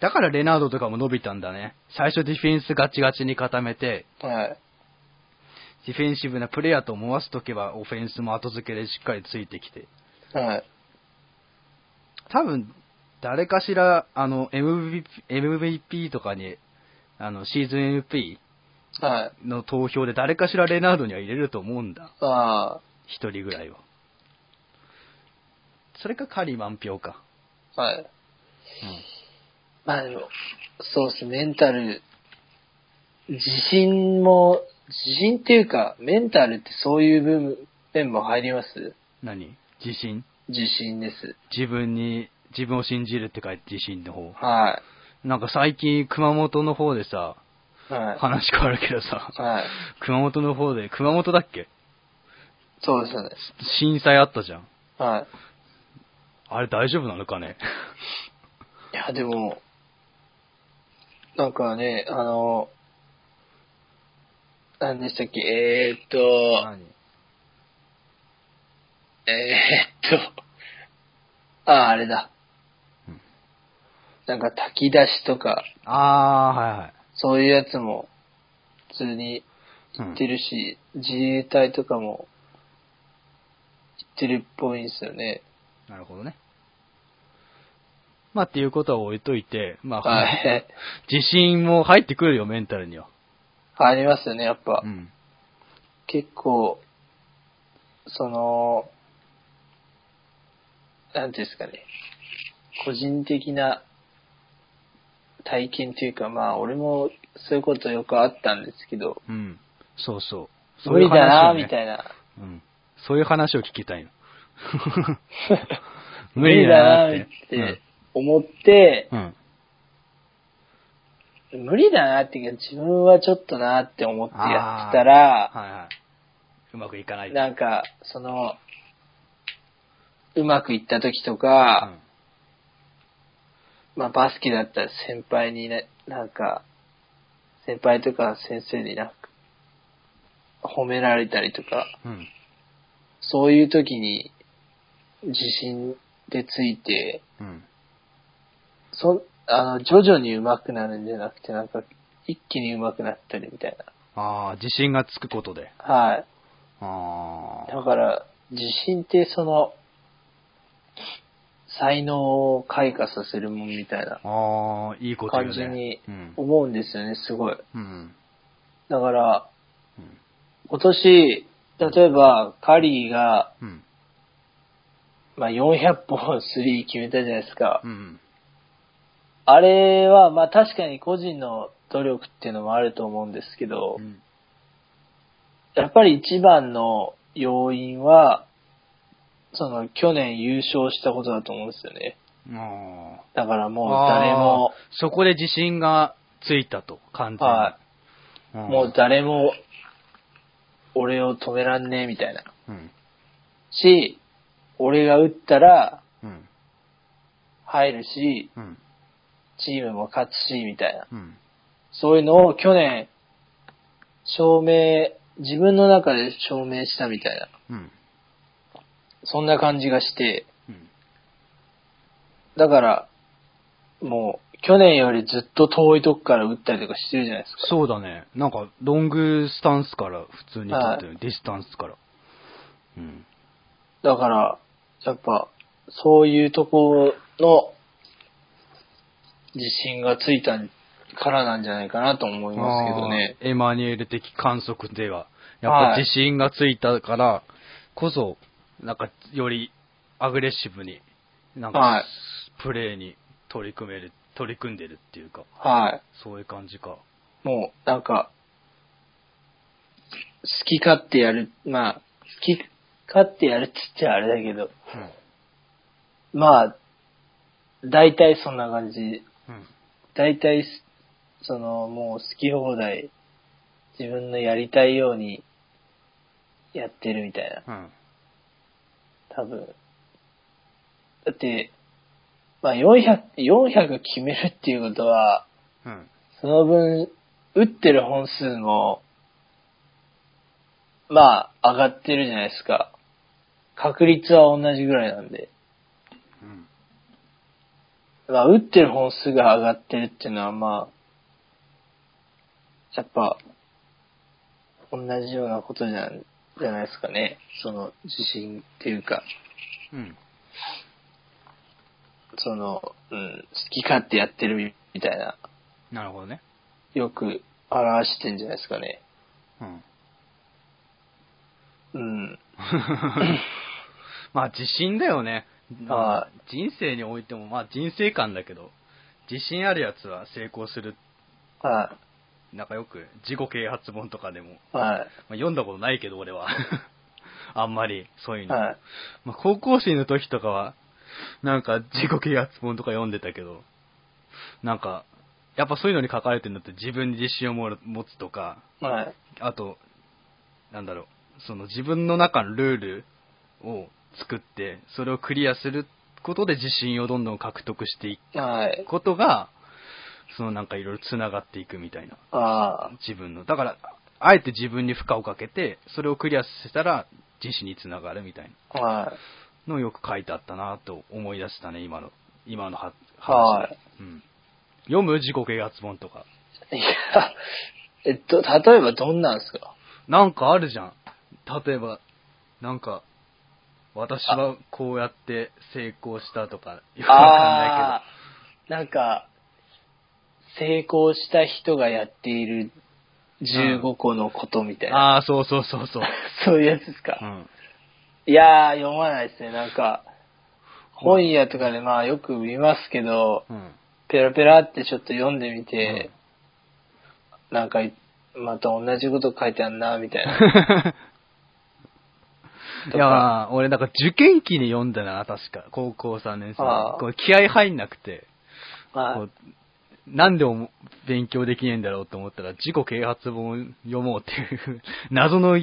[SPEAKER 1] だからレナードとかも伸びたんだね。最初ディフェンスガチガチに固めて、
[SPEAKER 2] はい。
[SPEAKER 1] ディフェンシブなプレイヤーと思わせとけば、オフェンスも後付けでしっかりついてきて。
[SPEAKER 2] はい。
[SPEAKER 1] 多分、誰かしら、あの、MVP, MVP とかに、あの、シーズン MVP
[SPEAKER 2] はい。
[SPEAKER 1] の投票で誰かしらレナードには入れると思うんだ。
[SPEAKER 2] あ
[SPEAKER 1] 一人ぐらいは。それかカリー満票か。
[SPEAKER 2] あ、はい。まあでも、そうです、メンタル、自信も、自信っていうか、メンタルってそういう部分も入ります
[SPEAKER 1] 何自信
[SPEAKER 2] 自信です。
[SPEAKER 1] 自分に、自分を信じるって書いて自信の方。
[SPEAKER 2] は
[SPEAKER 1] なんか最近熊本の方でさ、
[SPEAKER 2] い。は
[SPEAKER 1] 話変わるけどさ
[SPEAKER 2] い。、はい。
[SPEAKER 1] 熊本の方で、熊本だっけ
[SPEAKER 2] そうですよね。
[SPEAKER 1] 震災あったじゃん。
[SPEAKER 2] はい。
[SPEAKER 1] あれ大丈夫なのかね
[SPEAKER 2] いや、でも、なんかね、あの、何でしたっけ、えー、っと、えー、っと、あ、あれだ
[SPEAKER 1] うん。
[SPEAKER 2] なんか炊き出しとか、
[SPEAKER 1] あー、はいはい。
[SPEAKER 2] そういうやつも、普通に
[SPEAKER 1] う
[SPEAKER 2] 行
[SPEAKER 1] ん
[SPEAKER 2] ってるし、自衛隊とかも、行ってるっぽいんですよね。
[SPEAKER 1] なるほどね。まあっていうことは置いといて、まあ、
[SPEAKER 2] はい。
[SPEAKER 1] 自信も入ってくるよ、メンタルには。
[SPEAKER 2] ありますよね、やっぱ。
[SPEAKER 1] うん。
[SPEAKER 2] 結構、その、なんていうんですかね、個人的な体験というか、まあ、俺もそういうことよくあったんですけど、
[SPEAKER 1] うん。そうそう。
[SPEAKER 2] 無理だな、
[SPEAKER 1] そういう話をね
[SPEAKER 2] みたいな。
[SPEAKER 1] うん。そういう話を聞きた いの。
[SPEAKER 2] 無理だな、っ
[SPEAKER 1] 無理
[SPEAKER 2] て思って、
[SPEAKER 1] うん。うん
[SPEAKER 2] 無理だなっていうか、自分はちょっとなって思ってやってたら、
[SPEAKER 1] はいはい。うまくいかない。
[SPEAKER 2] なんか、その、うまくいった時と
[SPEAKER 1] う
[SPEAKER 2] か、
[SPEAKER 1] ん
[SPEAKER 2] まあ、バスケだったら先輩にね、なんか、先輩とか先生になんか、褒められたりとか、
[SPEAKER 1] うん。
[SPEAKER 2] そういう時に自信でついて、
[SPEAKER 1] うん。
[SPEAKER 2] そ、あの、徐々に上手くなるんじゃなくて、なんか、一気に上手くなったりみたいな。
[SPEAKER 1] ああ、自信がつくことで。
[SPEAKER 2] はい。
[SPEAKER 1] ああ。
[SPEAKER 2] だから、自信ってその、才能を開花させるもんみたいな
[SPEAKER 1] ああ、いいこと言う
[SPEAKER 2] 感
[SPEAKER 1] ね。
[SPEAKER 2] じに
[SPEAKER 1] うん。
[SPEAKER 2] 思うんですよね、すごい。
[SPEAKER 1] うん。
[SPEAKER 2] だから
[SPEAKER 1] うん、
[SPEAKER 2] 今年、例えば、カリーが、
[SPEAKER 1] うん。
[SPEAKER 2] まあ、400本スリー決めたじゃないですか
[SPEAKER 1] う。ん。
[SPEAKER 2] あれは、まあ、確かに個人の努力っていうのもあると思うんですけど
[SPEAKER 1] う、ん
[SPEAKER 2] やっぱり一番の要因は、その、去年優勝したことだと思うんですよね。
[SPEAKER 1] ああ。
[SPEAKER 2] だからもう誰
[SPEAKER 1] あ、
[SPEAKER 2] も
[SPEAKER 1] ー。そこで自信がついたと、完全に。
[SPEAKER 2] は
[SPEAKER 1] うん
[SPEAKER 2] もう誰も、俺を止めらんねえみたいな。
[SPEAKER 1] うん。
[SPEAKER 2] し、俺が打ったら
[SPEAKER 1] うん。
[SPEAKER 2] 入るし、
[SPEAKER 1] うん。
[SPEAKER 2] チームも勝つし、みたいな。
[SPEAKER 1] うん。
[SPEAKER 2] そういうのを去年、証明、自分の中で証明したみたいな。
[SPEAKER 1] うん。
[SPEAKER 2] そんな感じがして、
[SPEAKER 1] うん。
[SPEAKER 2] だから、もう、去年よりずっと遠いとこから打ったりとかしてるじゃないですか。
[SPEAKER 1] そうだね。なんか、ロングスタンスから普通に取ってる、ディスタンスから。うん。
[SPEAKER 2] だから、やっぱ、そういうとこの、自信がついたからなんじゃないかなと思いますけどね。
[SPEAKER 1] あーエマニュエル的観測では。やっ
[SPEAKER 2] は
[SPEAKER 1] ぱ
[SPEAKER 2] い
[SPEAKER 1] 自信がついたからこそ、なんか、よりアグレッシブに、なんか
[SPEAKER 2] はい、
[SPEAKER 1] プレーに取り組める、取り組んでるっていうか、
[SPEAKER 2] はい。
[SPEAKER 1] そういう感じか。
[SPEAKER 2] もう、なんか、好き勝手やる、まあ、好き勝手やるって言っちゃあれだけど、まあ、大体そんな感じ。
[SPEAKER 1] うん。
[SPEAKER 2] 大体す、その、もう好き放題、自分のやりたいようにやってるみたいな、
[SPEAKER 1] うん。
[SPEAKER 2] 多分。だって、まあ400、400決めるっていうことは、
[SPEAKER 1] うん。
[SPEAKER 2] その分、打ってる本数も、まあ、上がってるじゃないですか。確率は同じぐらいなんで。
[SPEAKER 1] うん。
[SPEAKER 2] まあ、打ってる本数が上がってるっていうのは、まあ、やっぱ、同じようなことじゃんじゃないですかね。その、自信っていうか、
[SPEAKER 1] うん。
[SPEAKER 2] その、うん、好き勝手やってるみみたいな、
[SPEAKER 1] なるほどね。
[SPEAKER 2] よく表してんじゃないですかね。
[SPEAKER 1] うん。
[SPEAKER 2] うん。
[SPEAKER 1] まあ自信だよね。ま
[SPEAKER 2] は
[SPEAKER 1] あ、人生においても、まあ人生観だけど、自信あるやつは成功する。
[SPEAKER 2] は
[SPEAKER 1] なんかよく自己啓発本とかでも、
[SPEAKER 2] い。は
[SPEAKER 1] まあ、読んだことないけど俺は。 あんまり、そういう
[SPEAKER 2] い。
[SPEAKER 1] の。
[SPEAKER 2] はい。
[SPEAKER 1] まあ高校生の時とかは、なんか自己啓発本とか読んでたけど、なんか、やっぱそういうのに書かれてるんだって自分に自信をも持つとか、
[SPEAKER 2] はい。
[SPEAKER 1] あと、なんだろう、その自分の中のルールを作って、それをクリアすることで自信をどんどん獲得してい
[SPEAKER 2] はい
[SPEAKER 1] く。ことが、そのなんかいろいろ繋がっていくみたいな、
[SPEAKER 2] あ
[SPEAKER 1] 自分の。だから、あえて自分に負荷をかけて、それをクリアしたら自信につながるみたいな
[SPEAKER 2] あ。はい。
[SPEAKER 1] のをよく書いてあったなと思い出したね、今の、今のは話
[SPEAKER 2] は
[SPEAKER 1] で
[SPEAKER 2] い。
[SPEAKER 1] うん。読む自己啓発本とか。
[SPEAKER 2] いや、えっと、例えばどんなんですか
[SPEAKER 1] なんかあるじゃん。例えば、なんか、私はこうやって成功したとか、よくわかんない
[SPEAKER 2] ああー、なんか、成功した人がやっている15個のことみた
[SPEAKER 1] け
[SPEAKER 2] い
[SPEAKER 1] ど。
[SPEAKER 2] な。
[SPEAKER 1] ああー、そうそうそうそう。
[SPEAKER 2] そういうやつですか。
[SPEAKER 1] うん。
[SPEAKER 2] いやー、読まないですね。なんか、本屋とかでまあよく見ますけど、
[SPEAKER 1] うん。
[SPEAKER 2] ペラペラってちょっと読んでみて、なんか、また同じこと書いてあんな、みた いな。
[SPEAKER 1] いやー、俺なんか受験期に読んだな、確か。高校3年生
[SPEAKER 2] あー。
[SPEAKER 1] こう気合入んなくて、こ
[SPEAKER 2] は
[SPEAKER 1] うなんでも勉強できねえんだろうと思ったら、自己啓発本を読もうっていう、 謎の、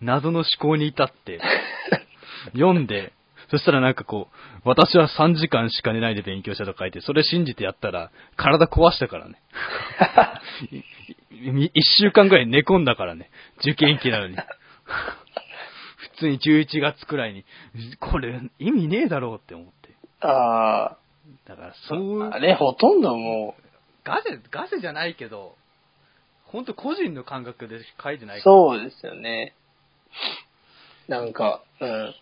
[SPEAKER 1] 謎の思考に至って、読んで、そしたらなんかこう、私は3時間しか寝ないで勉強したと書いて、それ信じてやったら、体壊したからね。1週間ぐらい寝込んだからね。受験期なのに。普通に11月くらいに、これ意味ねえだろうって思って。
[SPEAKER 2] い。 あ
[SPEAKER 1] だから
[SPEAKER 2] あ、
[SPEAKER 1] そういう
[SPEAKER 2] あれほとんどもう、
[SPEAKER 1] ガセ、ガセじゃないけど、ほんと個人の感覚で書いてないから。
[SPEAKER 2] そうですよね。なんか、うん。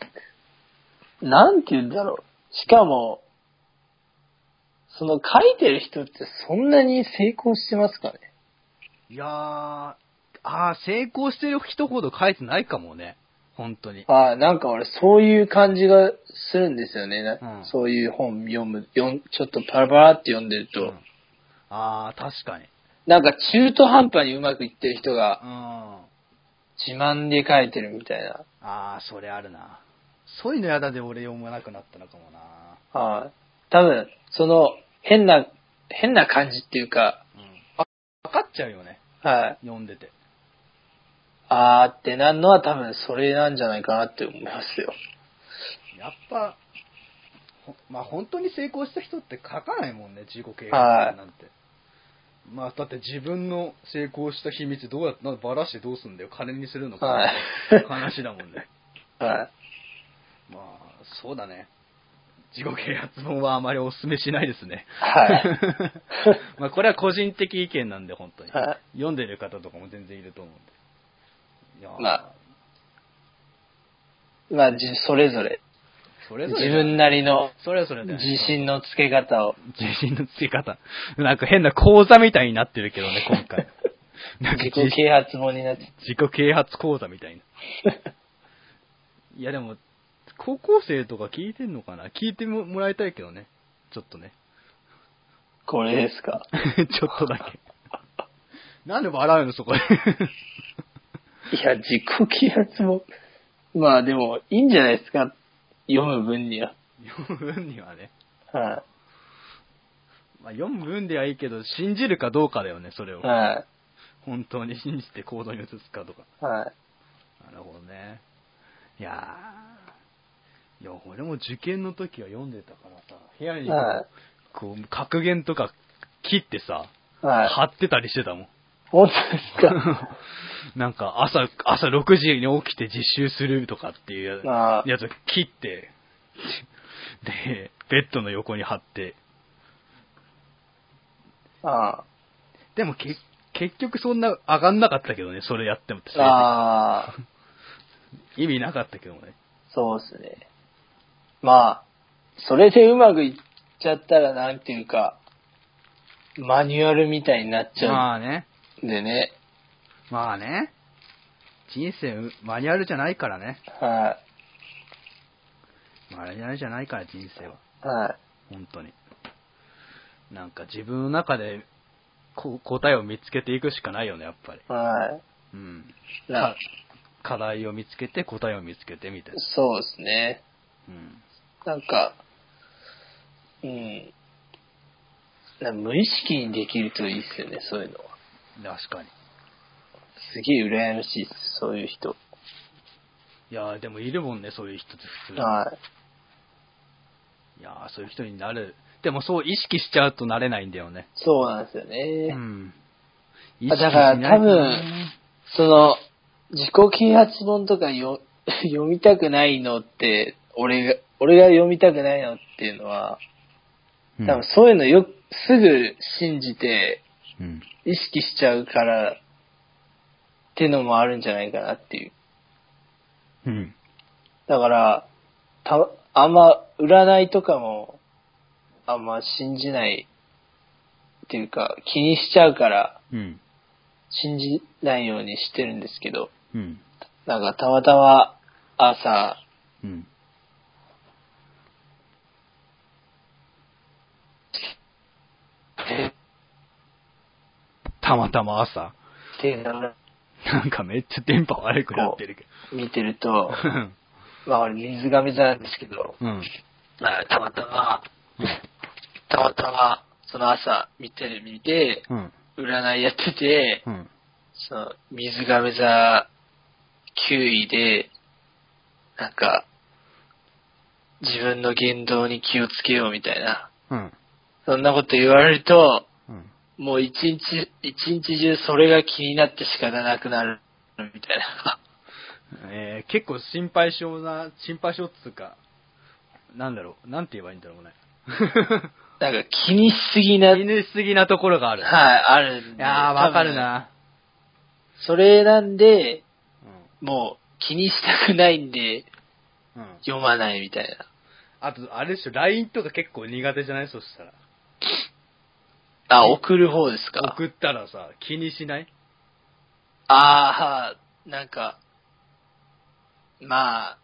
[SPEAKER 2] なんて言うんだろう。しかも、その書いてる人ってそんなに成功してますかね
[SPEAKER 1] いやー、あー、成功してる人ほど書いてないかもね。本当に。
[SPEAKER 2] ああ、なんか俺そういう感じがするんですよね。な
[SPEAKER 1] うん
[SPEAKER 2] そういう本読む、読んちょっとパラパラって読んでると、
[SPEAKER 1] うんあー、確かに。
[SPEAKER 2] なんか中途半端にうまくいってる人が
[SPEAKER 1] うん。
[SPEAKER 2] 自慢で書いてるみたいな。
[SPEAKER 1] あー、それあるな。そういうのやだで俺読まなくなったのかもな。
[SPEAKER 2] ああ、多分、その変な、変な感じっていうか、
[SPEAKER 1] うん。わかっちゃうよね。
[SPEAKER 2] はい。
[SPEAKER 1] 読んでて。
[SPEAKER 2] あーってなんのは多分それなんじゃないかなって思いますよ。
[SPEAKER 1] やっぱ、ほまあ本当に成功した人って書かないもんね、自己啓発
[SPEAKER 2] はい
[SPEAKER 1] なんて。まあだって自分の成功した秘密どうやって、ばらしてどうすんだよ、金にするのか、
[SPEAKER 2] はい
[SPEAKER 1] 話だもんね。
[SPEAKER 2] はい。
[SPEAKER 1] まあ、そうだね。自己啓発本はあまりお勧めしないですね。
[SPEAKER 2] はい。
[SPEAKER 1] まあこれは個人的意見なんで、本当に。
[SPEAKER 2] はい
[SPEAKER 1] 読んでる方とかも全然いると思うんで。いやー
[SPEAKER 2] まあまあ、じそれぞれ、
[SPEAKER 1] それ
[SPEAKER 2] 自
[SPEAKER 1] ぞれだ
[SPEAKER 2] 分なりの
[SPEAKER 1] それはそれだよね
[SPEAKER 2] 自信のつけ方を、
[SPEAKER 1] 自信のつけ方。なんか変な講座みたいになってるけどね、今回。 なんか
[SPEAKER 2] 自
[SPEAKER 1] 自
[SPEAKER 2] 己
[SPEAKER 1] 己
[SPEAKER 2] 啓発本になって、
[SPEAKER 1] 啓発講座みたいな。いやでも、高校生とか聞いてんのかな聞いてももらいたいけどね。 ちょっとね。
[SPEAKER 2] これですか。
[SPEAKER 1] ちょっとだけ。なんで笑うの、そこで。
[SPEAKER 2] いや、自己啓発も、まあでも、いいんじゃないですか。読む分には。
[SPEAKER 1] 読む分にはね。
[SPEAKER 2] は
[SPEAKER 1] まあ、読む分ではいいけど、信じるかどうかだよね、それを
[SPEAKER 2] い。。は
[SPEAKER 1] 本当に信じて行動に移すかとか。
[SPEAKER 2] い。は
[SPEAKER 1] なるほどね。いやー。いや、俺も受験の時は読んでたからさ、部屋
[SPEAKER 2] い。
[SPEAKER 1] に
[SPEAKER 2] は
[SPEAKER 1] こう、格言とか切ってさ、
[SPEAKER 2] い。はい。
[SPEAKER 1] 貼ってたりしてた もん。
[SPEAKER 2] 本当です か。
[SPEAKER 1] なんか朝、朝6時に起きて実習するとかっていう
[SPEAKER 2] あ
[SPEAKER 1] ややつを切って、で、ベッドの横に貼って。
[SPEAKER 2] あ
[SPEAKER 1] でもけ結局そんな上がんなかったけどね、それやってもって
[SPEAKER 2] あ。ああ。
[SPEAKER 1] 意味なかったけどね。
[SPEAKER 2] そうですね。まあ、それでうまくいっちゃったら、なんていうか、マニュアルみたいになっちゃ
[SPEAKER 1] まあね、
[SPEAKER 2] うんでね。
[SPEAKER 1] まあね。人生マニュアルじゃないからね。
[SPEAKER 2] は
[SPEAKER 1] マニュアルじゃないから人生は。
[SPEAKER 2] い。はい。
[SPEAKER 1] 本当に。なんか自分の中でこ答えを見つけていくしかないよね、やっぱり。
[SPEAKER 2] はい。
[SPEAKER 1] うん。
[SPEAKER 2] な
[SPEAKER 1] か課題を見つけて答えを見つけてみたいな。
[SPEAKER 2] そうですね。
[SPEAKER 1] うん。
[SPEAKER 2] なんか、うん。な無意識にできるといいっすよね、そういうのは。
[SPEAKER 1] 確かに。
[SPEAKER 2] すげえ羨ましいっす、そういう人。
[SPEAKER 1] いやーでもいるもんね、そういう人って普通。
[SPEAKER 2] はい。
[SPEAKER 1] いやーそういう人になる。でもそう意識しちゃうとなれないんだよね。
[SPEAKER 2] そうなんですよね。
[SPEAKER 1] ん。
[SPEAKER 2] あだから
[SPEAKER 1] 意識しないとね
[SPEAKER 2] 多分その、自己啓発本とかよ 読みたくないのって、俺が、俺が読みたくないのっていうのは、
[SPEAKER 1] うん
[SPEAKER 2] 多分そういうのよ、すぐ信じて
[SPEAKER 1] うん
[SPEAKER 2] 意識しちゃうから、っていうのもあるんじゃないかなっていう。
[SPEAKER 1] うん。
[SPEAKER 2] だから、た、あんま占いとかも、あんま信じないっていうか、気にしちゃうから、
[SPEAKER 1] うん。
[SPEAKER 2] 信じないようにしてるんですけど、
[SPEAKER 1] うん。
[SPEAKER 2] なんかたまたま朝、
[SPEAKER 1] うん。
[SPEAKER 2] え
[SPEAKER 1] たまたま朝。
[SPEAKER 2] っていうのを
[SPEAKER 1] なんかめっちゃ電波悪くなってるけ
[SPEAKER 2] 見てると
[SPEAKER 1] ど。、
[SPEAKER 2] まあ俺水亀座なんですけど、
[SPEAKER 1] うん。
[SPEAKER 2] まあたまたま、たまたま、その朝、見てる見て、
[SPEAKER 1] うん。
[SPEAKER 2] 占いやってて、
[SPEAKER 1] うん。
[SPEAKER 2] その、水亀座9位で、なんか、自分の言動に気をつけようみたいな、
[SPEAKER 1] うん。
[SPEAKER 2] そんなこと言われると、
[SPEAKER 1] うん。
[SPEAKER 2] もう一日、一日中それが気になって仕方なくなる、みたいな。
[SPEAKER 1] えー結構心配性な、心配性っつうか、なんだろう、なんて言えばいいんだ ろうね。
[SPEAKER 2] なんか気にしすぎな、はい、
[SPEAKER 1] 犬すぎなところがある。
[SPEAKER 2] あるん
[SPEAKER 1] い
[SPEAKER 2] で
[SPEAKER 1] やー、わかる。な。
[SPEAKER 2] 多分それなんで、
[SPEAKER 1] う
[SPEAKER 2] もう気にしたくないんで、
[SPEAKER 1] ん。うん。
[SPEAKER 2] 読まないみたいな。
[SPEAKER 1] あと、あれでしょ、LINE とか結構苦手じゃないそしたら。
[SPEAKER 2] あ、送る方ですか。
[SPEAKER 1] 送ったらさ、気にしない
[SPEAKER 2] ああ、なんか、まあ、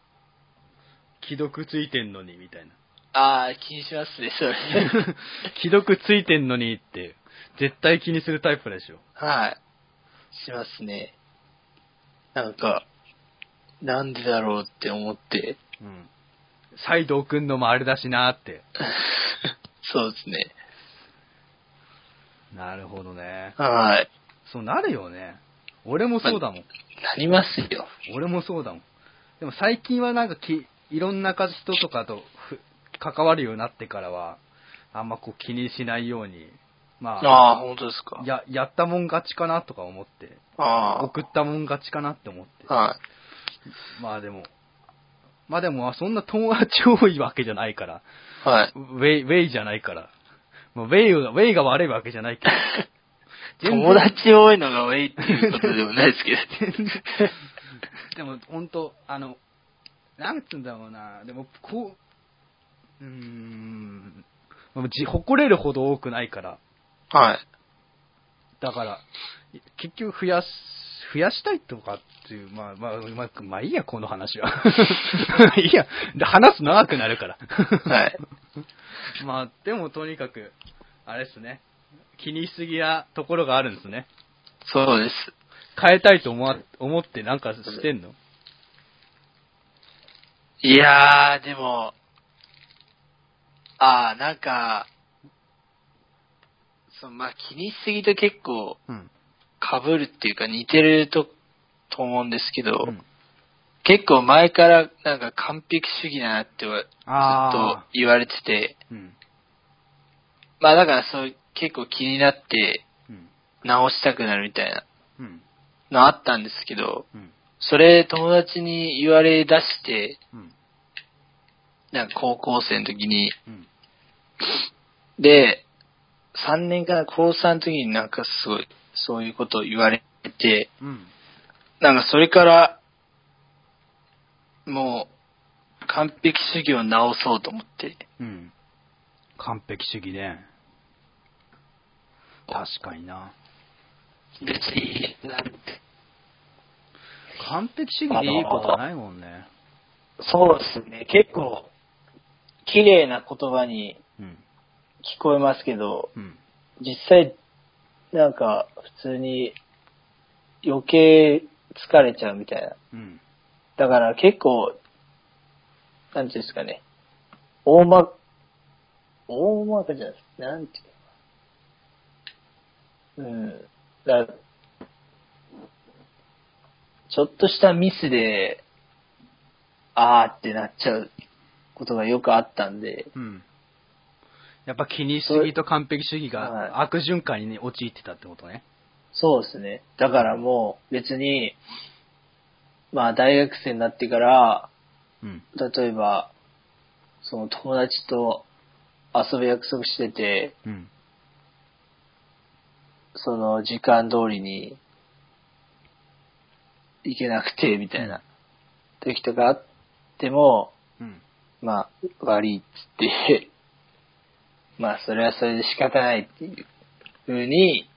[SPEAKER 1] 既読ついてんのに、みたいな。
[SPEAKER 2] ああ、気にしますね、それ。
[SPEAKER 1] 既読ついてんのにって、絶対気にするタイプでしょ。
[SPEAKER 2] はい。しますね。なんか、なんでだろうって思って。
[SPEAKER 1] うん。再度送んのもあれだしなーって。
[SPEAKER 2] そうですね。
[SPEAKER 1] なるほどね。
[SPEAKER 2] はい。
[SPEAKER 1] そうなるよね。俺もそうだもん。
[SPEAKER 2] なりますよ。
[SPEAKER 1] 俺もそうだもん。でも最近はなんかき、いろんな人とかとふ関わるようになってからは、あんまこう気にしないように、まあ、
[SPEAKER 2] ああ、本当ですか。
[SPEAKER 1] や、やったもん勝ちかなとか思って、
[SPEAKER 2] あ
[SPEAKER 1] 送ったもん勝ちかなって思って
[SPEAKER 2] あ。。はい。
[SPEAKER 1] まあでも、まあでも、そんな友達多いわけじゃないから、
[SPEAKER 2] はい。
[SPEAKER 1] ウェイ、ウェイじゃないから。まあウェイが、ウェイが悪いわけじゃないけど。 全然
[SPEAKER 2] 友達多いのが多いっていうことでもないですけど。
[SPEAKER 1] でも、本当あの、なんつうんだろうな、でも、こう、うーん、でもじ誇れるほど多くないから、
[SPEAKER 2] はい。
[SPEAKER 1] だから、結局増やす、増やしたいとかっていう、まあまあ、まあ、まあいいや、この話 は。いいや、話す長くなるから。
[SPEAKER 2] はい。
[SPEAKER 1] まあ、でもとにかく、あれですね、気にしすぎなところがあるんですね。
[SPEAKER 2] そうです。
[SPEAKER 1] 変えたいと思わ思ってなんかしてんの
[SPEAKER 2] いやー、でも、あー、なんか、そのまあ、気にしすぎと結構
[SPEAKER 1] うん。
[SPEAKER 2] 被るっていうか似てると、と思うんですけど、
[SPEAKER 1] うん
[SPEAKER 2] 結構前からなんか完璧主義だなってはずっ
[SPEAKER 1] あ
[SPEAKER 2] と言われてて、
[SPEAKER 1] ーうん。
[SPEAKER 2] まあだからそう結構気になって
[SPEAKER 1] うん。
[SPEAKER 2] 直したくなるみたいな
[SPEAKER 1] うん。
[SPEAKER 2] のあったんですけど、
[SPEAKER 1] うん。
[SPEAKER 2] それ友達に言われ出して、
[SPEAKER 1] うん。
[SPEAKER 2] なんか高校生の時に、
[SPEAKER 1] うん。
[SPEAKER 2] で、3年から高3の時になんかすごい、そういうことを言われて、
[SPEAKER 1] うん。
[SPEAKER 2] なんかそれから、もう、完璧主義を直そうと思って。
[SPEAKER 1] うん。完璧主義ね。確かにな。
[SPEAKER 2] 別に、なんて
[SPEAKER 1] 完璧主義でいいことはないもんね。
[SPEAKER 2] そうですね。結構、綺麗な言葉に
[SPEAKER 1] うん。
[SPEAKER 2] 聞こえますけど、
[SPEAKER 1] うん。
[SPEAKER 2] 実際、なんか、普通に、余計疲れちゃうみたいな。
[SPEAKER 1] うん。
[SPEAKER 2] だから結構、なんていうんですかね、大ま、大まかじゃないですなんていうのうん。だからちょっとしたミスで、あーってなっちゃうことがよくあったんで、
[SPEAKER 1] うん。やっぱ気にしすぎと完璧主義が悪循環にね陥ってたってことね。
[SPEAKER 2] そうですね。だからもう別に、まあ大学生になってから、
[SPEAKER 1] うん。
[SPEAKER 2] 例えば、その友達と遊ぶ約束してて、
[SPEAKER 1] うん。
[SPEAKER 2] その時間通りに行けなくて、みたいな時とかあっても、
[SPEAKER 1] うん。
[SPEAKER 2] まあ、悪いっつって、 まあ、それはそれで仕方ないっていうふうに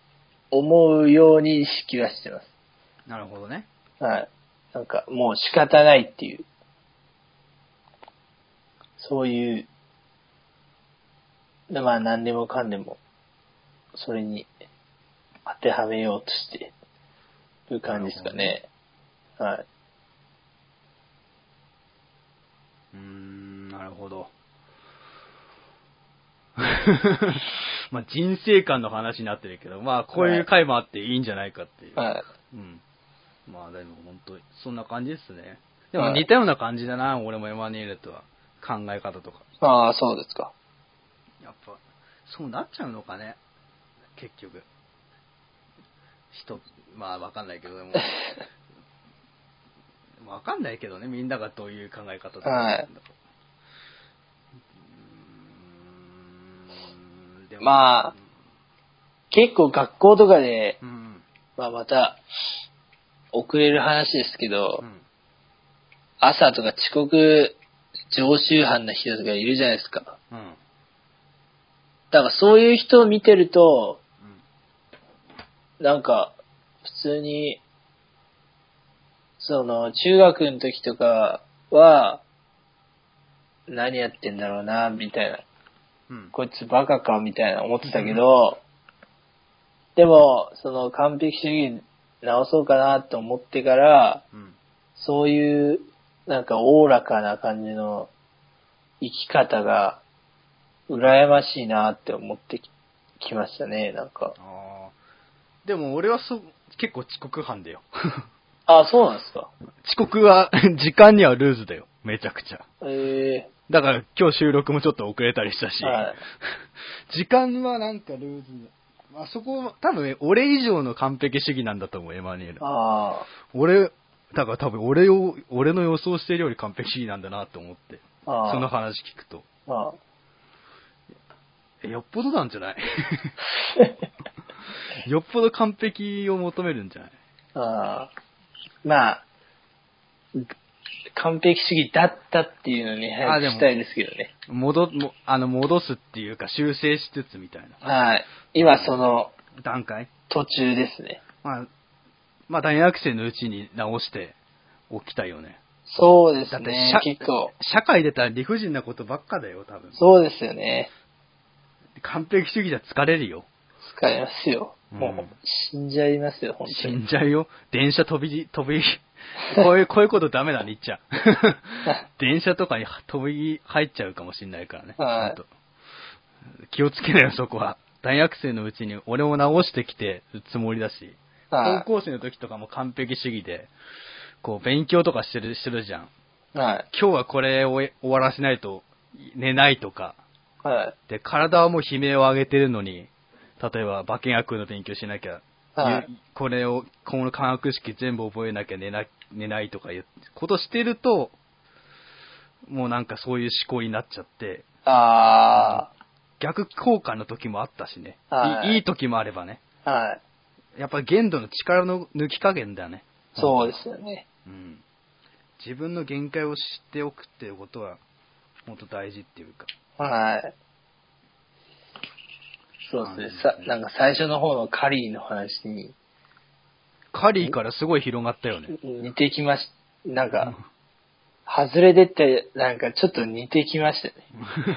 [SPEAKER 2] 思うように意識はしてま
[SPEAKER 1] なるほどね。
[SPEAKER 2] す。はい。なんか、もう仕方ないっていう、そういう、まあ、何でもかんでも、それに当てはめようとしてる感じですかね。はい。
[SPEAKER 1] うーん、なるほど。 まあ人生観の話になってるけど、まあこういう回もあっていいんじゃないかっていう。
[SPEAKER 2] はい。
[SPEAKER 1] うん。まあでも本当、そんな感じですね。でも
[SPEAKER 2] はい
[SPEAKER 1] 似たような感じだな、俺もエマニュエルとは。考え方とか。
[SPEAKER 2] ああ、そうですか。
[SPEAKER 1] やっぱ、そうなっちゃうのかね。結局。人、まあわかんないけ ど、でも。わかんないけどね、みんながどういう考え方とか
[SPEAKER 2] はいう
[SPEAKER 1] ーん。でも
[SPEAKER 2] まあ、結構学校とかで、
[SPEAKER 1] うん。
[SPEAKER 2] まあまた、遅れる話ですけど、
[SPEAKER 1] うん。
[SPEAKER 2] 朝とか遅刻常習犯な人とかいるじゃないですか。
[SPEAKER 1] うん。うん。
[SPEAKER 2] だからそういう人を見てると、なんか、普通に、その、中学の時とかは、何やってんだろうな、みたいな。
[SPEAKER 1] うん。
[SPEAKER 2] こいつバカかみたいな思ってたけど、でも、その完璧主義直そうかなと思ってから、
[SPEAKER 1] うん。
[SPEAKER 2] そういう、なんかおおらかな感じの生き方が、羨ましいなって思ってききましたね、なんか。
[SPEAKER 1] ああ。でも俺はそ、結構遅刻犯 だよ。
[SPEAKER 2] あ、そうなんですか。
[SPEAKER 1] 遅刻は、時間にはルーズだよ。めちゃくちゃ。
[SPEAKER 2] え
[SPEAKER 1] だから今日収録もちょっと遅れたりしたし、
[SPEAKER 2] えはい。
[SPEAKER 1] 時間はなんかルーズな。あそこ、多分ね、俺以上の完璧主義なんだと思う、エマニュエル。
[SPEAKER 2] あ
[SPEAKER 1] 俺、だから多分俺を、俺の予想してるより完璧主義なんだなと思って、
[SPEAKER 2] あ、ああ、
[SPEAKER 1] その話聞くと。
[SPEAKER 2] ああ
[SPEAKER 1] えよっぽどなん じゃないよっぽど完璧を求めるんじゃない
[SPEAKER 2] ああまあ、完璧主義だったっていうのに
[SPEAKER 1] あで
[SPEAKER 2] 早
[SPEAKER 1] も
[SPEAKER 2] くしたいですけどね。
[SPEAKER 1] 戻、もあの、戻すっていうか修正しつつみたいな
[SPEAKER 2] はい。今その
[SPEAKER 1] 段階。
[SPEAKER 2] 途中ですね。
[SPEAKER 1] まあ、まあ大学生のうちに直しておきたいよね。
[SPEAKER 2] そうですね
[SPEAKER 1] だっ。て
[SPEAKER 2] 結構。
[SPEAKER 1] 社会出たら理不尽なことばっかだよ、多分。
[SPEAKER 2] そうですよね。
[SPEAKER 1] 完璧主義じゃ疲れるよ。
[SPEAKER 2] 疲れますよ。もう、死んじゃいますよ、本当
[SPEAKER 1] 死
[SPEAKER 2] に。
[SPEAKER 1] んじゃうよ。電車飛び、飛び、 こういう、こういうことダメだね、言っち ゃ。電車とかに飛び入っちゃうかもしれないからね。
[SPEAKER 2] は
[SPEAKER 1] ち
[SPEAKER 2] い
[SPEAKER 1] ゃんと気をつけなよ、そこは。大学生のうちに俺も直してきてるつもりだし、
[SPEAKER 2] は
[SPEAKER 1] 高校生の時とかも完璧主義で、こう、勉強とかしてる、してるじゃん。
[SPEAKER 2] い。はい。
[SPEAKER 1] 今日はこれを終え終わらせないと寝ないとか。
[SPEAKER 2] はい。
[SPEAKER 1] で、体はもう悲鳴を上げてるのに、例えば、馬券学の勉強しなきゃ、
[SPEAKER 2] はい
[SPEAKER 1] ゆこれを、この漢学式全部覚えなきゃ寝な寝ないとかいうことしてると、もうなんかそういう思考になっちゃって、
[SPEAKER 2] あ
[SPEAKER 1] 逆効果の時もあったしね。
[SPEAKER 2] はい
[SPEAKER 1] い、いい時もあればね。
[SPEAKER 2] あ、はい。
[SPEAKER 1] やっぱ限度の力の抜き加減だよね。
[SPEAKER 2] そうですよね。
[SPEAKER 1] うん。自分の限界を知っておくっていうことは、本当大事っていうか。
[SPEAKER 2] はい。そうですね。
[SPEAKER 1] そう
[SPEAKER 2] さ
[SPEAKER 1] ですね、
[SPEAKER 2] なんか最初の方のカリーの話に
[SPEAKER 1] カリーからすごい広がったよね。
[SPEAKER 2] 似てきまし、なんか、外れてって、なんかちょっと似てきました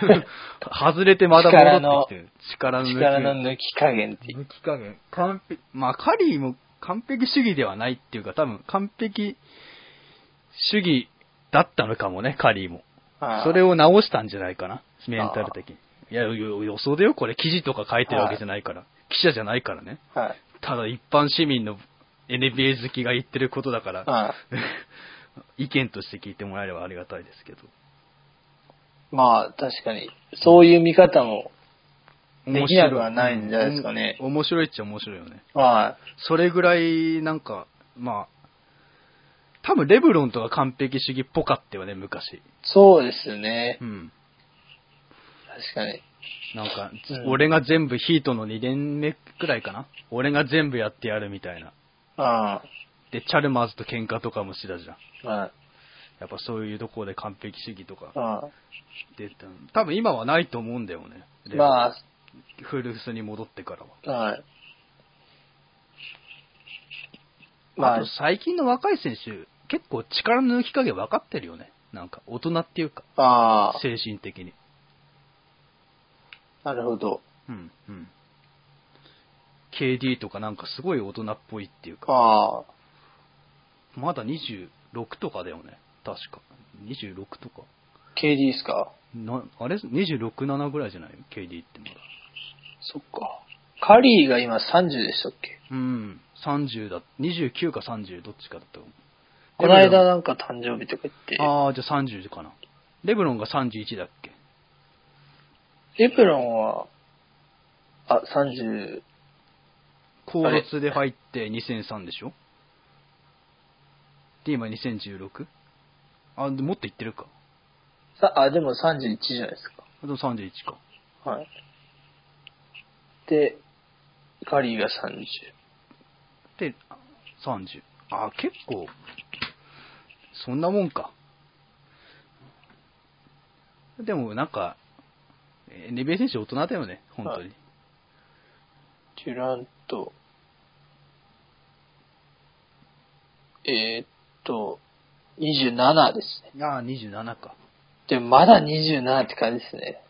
[SPEAKER 2] ね。
[SPEAKER 1] 外れてまだ戻ってきてる。力の抜き
[SPEAKER 2] 力の抜き加減っていう。
[SPEAKER 1] 抜き加減。完璧。まあ、カリーも完璧主義ではないっていうか、多分完璧主義だったのかもね、カリーも。
[SPEAKER 2] はい
[SPEAKER 1] それを直したんじゃないかな、メンタル的に。いや、よ予想だよ、これ。記事とか書いてるわけじゃないから。記者じゃないからね。
[SPEAKER 2] はい。
[SPEAKER 1] ただ一般市民の NBA 好きが言ってることだから、
[SPEAKER 2] は
[SPEAKER 1] 意見として聞いてもらえればありがたいですけど。
[SPEAKER 2] い。まあ、確かに、そういう見方も、できなくはないんじゃないですかね
[SPEAKER 1] うん面白いっちゃ面白いよね。
[SPEAKER 2] は
[SPEAKER 1] それぐらい、なんか、まあ、多分レブロンとか完璧主義っぽかったよね、昔
[SPEAKER 2] い。。そうですね
[SPEAKER 1] う。ん。
[SPEAKER 2] 確かに。
[SPEAKER 1] なんか、ず
[SPEAKER 2] うん
[SPEAKER 1] 俺が全部ヒートの2年目くらいかな。俺が全部やってやるみたいな。
[SPEAKER 2] あ
[SPEAKER 1] で、チャルマーズと喧嘩とかもしてたじゃん。
[SPEAKER 2] あ、はい。
[SPEAKER 1] やっぱそういうところで完璧主義とか
[SPEAKER 2] あ
[SPEAKER 1] 出たの多分今はないと思うんだよね。
[SPEAKER 2] あ、ま
[SPEAKER 1] 古巣に戻ってからは。
[SPEAKER 2] あ、はい。ま
[SPEAKER 1] あ
[SPEAKER 2] あ
[SPEAKER 1] と、最近の若い選手、結構力の抜き加減分かってるよね。なんか、大人っていうか、
[SPEAKER 2] あ
[SPEAKER 1] 精神的に。
[SPEAKER 2] あ、なるほど。
[SPEAKER 1] うん、うん。KD とかなんかすごい大人っぽいっていうか、
[SPEAKER 2] ああ、
[SPEAKER 1] まだ26とかだよね。確か。26とか。
[SPEAKER 2] KD ですか
[SPEAKER 1] な、あれ ?26、7ぐらいじゃない ?KD ってまだ。
[SPEAKER 2] そっか。カリーが今30でしたっけ
[SPEAKER 1] うん。30だ、29か30どっちかだと思う。
[SPEAKER 2] この間なんか誕生日とか言って、
[SPEAKER 1] ああ、じゃあ30かな。レブロンが31だっけ
[SPEAKER 2] エプロンは、あ、30、
[SPEAKER 1] 高卒で入って2003でしょで、今 2016? あ、でもっといってるか。
[SPEAKER 2] さあ、でも31じゃないですか。
[SPEAKER 1] あと31か。
[SPEAKER 2] はい。で、カリーが30。
[SPEAKER 1] で、30。あ、結構、そんなもんか。でもなんか、えー NBA 選手大人だよね、本当に。
[SPEAKER 2] はいデュラント、えーっと、27ですね。
[SPEAKER 1] ああ、27か。
[SPEAKER 2] でもまだ27って感じですね。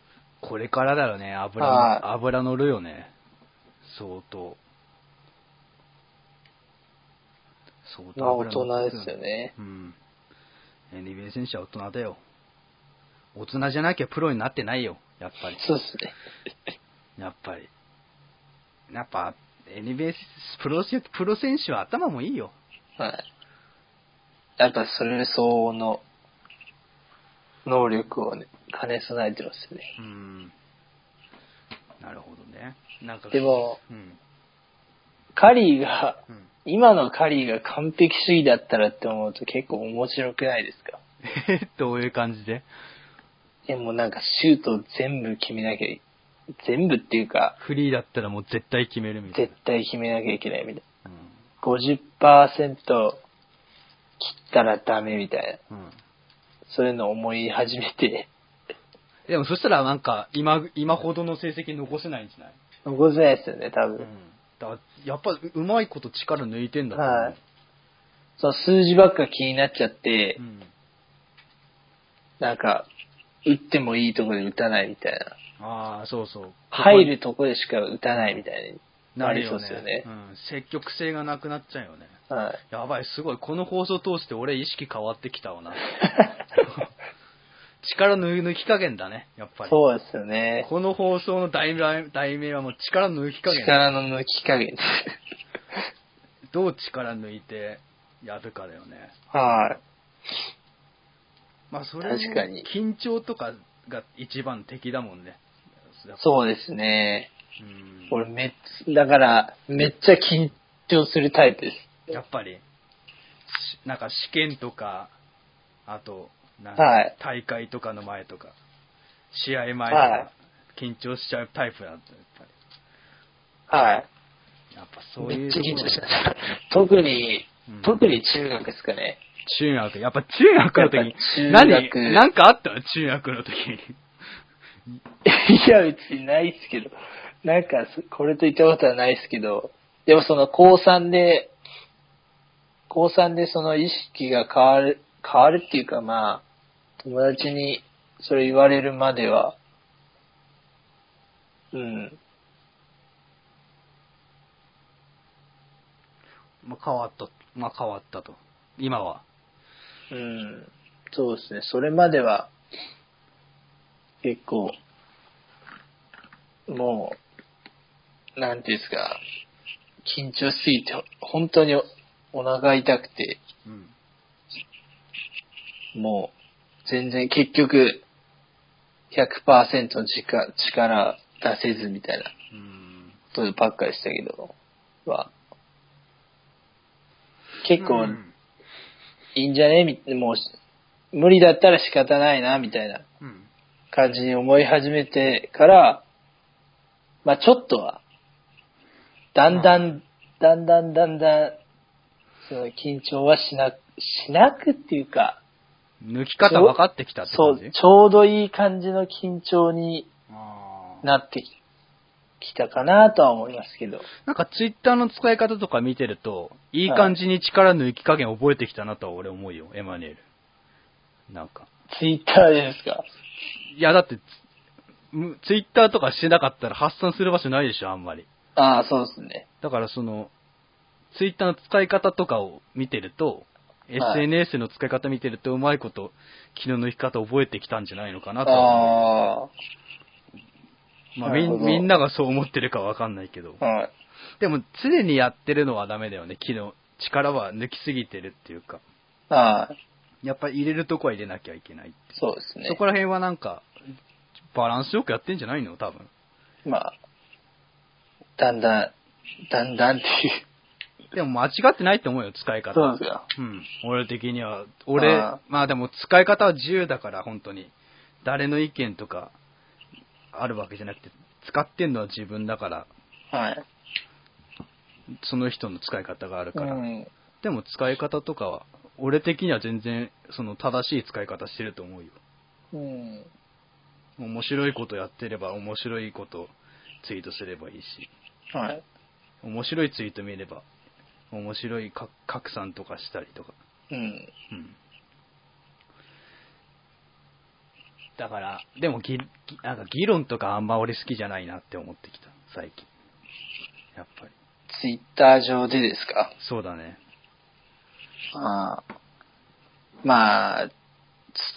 [SPEAKER 1] これからだよね、油
[SPEAKER 2] はい
[SPEAKER 1] の、油乗るよね。相当。相油乗ってくよ
[SPEAKER 2] まあ大人ですよね。
[SPEAKER 1] うん。NBA 選手は大人だよ。大人じゃなきゃプロになってないよ、やっぱり。
[SPEAKER 2] そうですね。
[SPEAKER 1] やっぱり。やっぱ、NBA、プロ選プロ選手は頭もいいよ。
[SPEAKER 2] はい。やっぱそれ相応の能力をね、兼ね備えてますよね。
[SPEAKER 1] うん。なるほどね。なんか、
[SPEAKER 2] でも、
[SPEAKER 1] うん。
[SPEAKER 2] カリーが、
[SPEAKER 1] うん
[SPEAKER 2] 今のカリーが完璧主義だったらって思うと結構面白くないですか
[SPEAKER 1] えどういう感じで
[SPEAKER 2] でもなんかシュートを全部決めなきゃい、全部っていうか、
[SPEAKER 1] フリーだったらもう絶対決めるみたい
[SPEAKER 2] 絶対決めなきゃいけないみたい
[SPEAKER 1] な。
[SPEAKER 2] な。50%切ったらダメみたいな。
[SPEAKER 1] うん。うん
[SPEAKER 2] そういうのを思い始めて、
[SPEAKER 1] でもそしたらなんか今、今ほどの成績残せないんじゃない
[SPEAKER 2] 残せないですよね、多分。
[SPEAKER 1] だからやっぱううまいこと力抜いてんだと思う
[SPEAKER 2] はいその数字ばっか気になっちゃって、
[SPEAKER 1] うん。
[SPEAKER 2] なんか、打ってもいいとこで打たないみたいな。
[SPEAKER 1] ああ、そうそう。
[SPEAKER 2] 入るとこでしか打たないみたい
[SPEAKER 1] なるよね
[SPEAKER 2] ありそうです
[SPEAKER 1] う
[SPEAKER 2] よ
[SPEAKER 1] ん、積極性がなくなっちゃうよね
[SPEAKER 2] はい。
[SPEAKER 1] やばいすごいこの放送通して俺意識変わってきたわな力の抜き加減だねやっぱり
[SPEAKER 2] そうですよね。
[SPEAKER 1] この放送の題名題名はもう力の抜き加減
[SPEAKER 2] 力の抜き加 減です。
[SPEAKER 1] どう力抜いてやるかだよね
[SPEAKER 2] はい。
[SPEAKER 1] まあそれも
[SPEAKER 2] 確かに
[SPEAKER 1] 緊張とかが一番敵だもんね
[SPEAKER 2] そうですね。
[SPEAKER 1] うん
[SPEAKER 2] 俺めっちだから、めっちゃ緊張するタイプです。
[SPEAKER 1] やっぱり、しなんか試験とか、あと、なん
[SPEAKER 2] はい
[SPEAKER 1] 大会とかの前とか、試合前と
[SPEAKER 2] は
[SPEAKER 1] か、緊張しちゃうタイプなんだ、やっぱ
[SPEAKER 2] はい。
[SPEAKER 1] り。やっぱそうい
[SPEAKER 2] めっ
[SPEAKER 1] う
[SPEAKER 2] ち
[SPEAKER 1] と
[SPEAKER 2] ゃ
[SPEAKER 1] こ
[SPEAKER 2] 緊
[SPEAKER 1] ろ
[SPEAKER 2] 張します。特に、
[SPEAKER 1] うん
[SPEAKER 2] 特に中学ですかね。
[SPEAKER 1] 中学、やっぱ中学の時
[SPEAKER 2] やっ
[SPEAKER 1] に
[SPEAKER 2] ぱ、中学
[SPEAKER 1] 何なんかあったの中学の時に。
[SPEAKER 2] いや、別にないっすけど。なんか、そこれと言ったことはないっすけど。でもその、高3で、高3でその意識が変わる、変わるっていうかまあ、友達にそれ言われるまでは、うん、
[SPEAKER 1] まあ変わった、まあ変わったと。今は。
[SPEAKER 2] うん、そうですね。それまでは、結構、もう、なんていうんですか、緊張しすぎて、本当におお腹痛くて、
[SPEAKER 1] うん。
[SPEAKER 2] もう、全然結局、100%の力力出せずみたいな
[SPEAKER 1] うん。
[SPEAKER 2] ことばっかりしたけど、は、結構、
[SPEAKER 1] うん
[SPEAKER 2] いいんじゃねみもう、無理だったら仕方ないな、みたいな
[SPEAKER 1] うん。
[SPEAKER 2] 感じに思い始めてから、まあちょっとは、だんだん、だんだんだんだん、その緊張はしなく、しなくっていうか、
[SPEAKER 1] 抜き方分かってきたって感
[SPEAKER 2] そう、
[SPEAKER 1] じ
[SPEAKER 2] ちょうどいい感じの緊張に
[SPEAKER 1] あー
[SPEAKER 2] なってききたかなとは思いますけど。
[SPEAKER 1] なんかツイッターの使い方とか見てると、いい感じに力の抜き加減覚えてきたなとは俺思うよ、エマニュエル。なんか。
[SPEAKER 2] ツイッターですか
[SPEAKER 1] いや、だってツ、むツイッターとかしてなかったら発散する場所ないでしょ、あんまり。
[SPEAKER 2] ああ、そうですね。
[SPEAKER 1] だからその、ツイッターの使い方とかを見てると、
[SPEAKER 2] はい
[SPEAKER 1] SNS の使い方見てると、うまいこと、気の抜き方覚えてきたんじゃないのかなとは思う。
[SPEAKER 2] あ
[SPEAKER 1] まあ
[SPEAKER 2] な
[SPEAKER 1] み
[SPEAKER 2] るほ
[SPEAKER 1] ん、
[SPEAKER 2] ど
[SPEAKER 1] みんながそう思ってるかわかんないけど
[SPEAKER 2] あ、。はい。
[SPEAKER 1] でも、常にやってるのはダメだよね、気の力は抜きすぎてるっていうか。
[SPEAKER 2] はい。
[SPEAKER 1] やっぱり入れるとこは入れなきゃいけないっていう
[SPEAKER 2] そうですね。
[SPEAKER 1] そこら辺はなんか、バランスよくやってんじゃないの多分。
[SPEAKER 2] まあ、だんだん、だんだんっていう。
[SPEAKER 1] でも間違ってないと思うよ、使い方。
[SPEAKER 2] ですか。
[SPEAKER 1] うん。俺的には。俺、
[SPEAKER 2] ああ
[SPEAKER 1] まあでも使い方は自由だから、本当に。誰の意見とか、あるわけじゃなくて、使ってんのは自分だから、
[SPEAKER 2] はい。
[SPEAKER 1] その人の使い方がある
[SPEAKER 2] う
[SPEAKER 1] から。
[SPEAKER 2] ん。
[SPEAKER 1] でも使い方とかは、俺的には全然、その正しい使い方してると思うよ。
[SPEAKER 2] うん。
[SPEAKER 1] 面白いことやってれば、面白いことツイートすればいいし。
[SPEAKER 2] はい。
[SPEAKER 1] 面白いツイート見れば面白いか拡散とかしたりとか、
[SPEAKER 2] うん。
[SPEAKER 1] うん、だからでもぎぎなんか議論とかあんま俺好きじゃないなって思ってきた最近やっぱり
[SPEAKER 2] ツイッター上でですか
[SPEAKER 1] そうだね
[SPEAKER 2] ああ。まあ、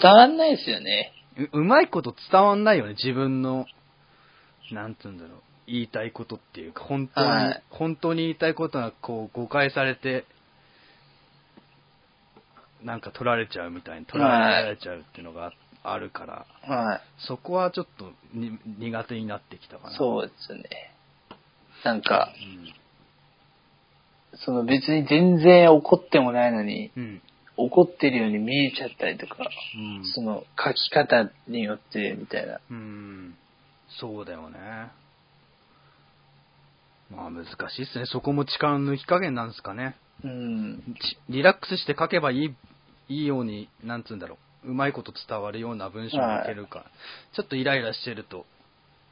[SPEAKER 2] 伝わんないですよね。
[SPEAKER 1] ううまいこと伝わんないよね自分のなんつうんだろう言いたいことっていうか本当に、
[SPEAKER 2] はい
[SPEAKER 1] 本当に言いたいことがこう誤解されてなんか取られちゃうみたいに取られちゃうっていうのがああるから
[SPEAKER 2] はい。
[SPEAKER 1] そこはちょっとに苦手になってきたかな
[SPEAKER 2] そうですね。なんか、
[SPEAKER 1] うん、
[SPEAKER 2] その別に全然怒ってもないのに、
[SPEAKER 1] うん
[SPEAKER 2] 怒ってるように見えちゃったりとか、
[SPEAKER 1] うん
[SPEAKER 2] その書き方によってみたいな。
[SPEAKER 1] うんそうだよねまあ難しいっすねそこも力の抜き加減なんですかね
[SPEAKER 2] うん。
[SPEAKER 1] ちリラックスして書けばいい、いいように、なんつうんだろう、うまいこと伝わるような文章を書けるか、ちょっとイライラしてると、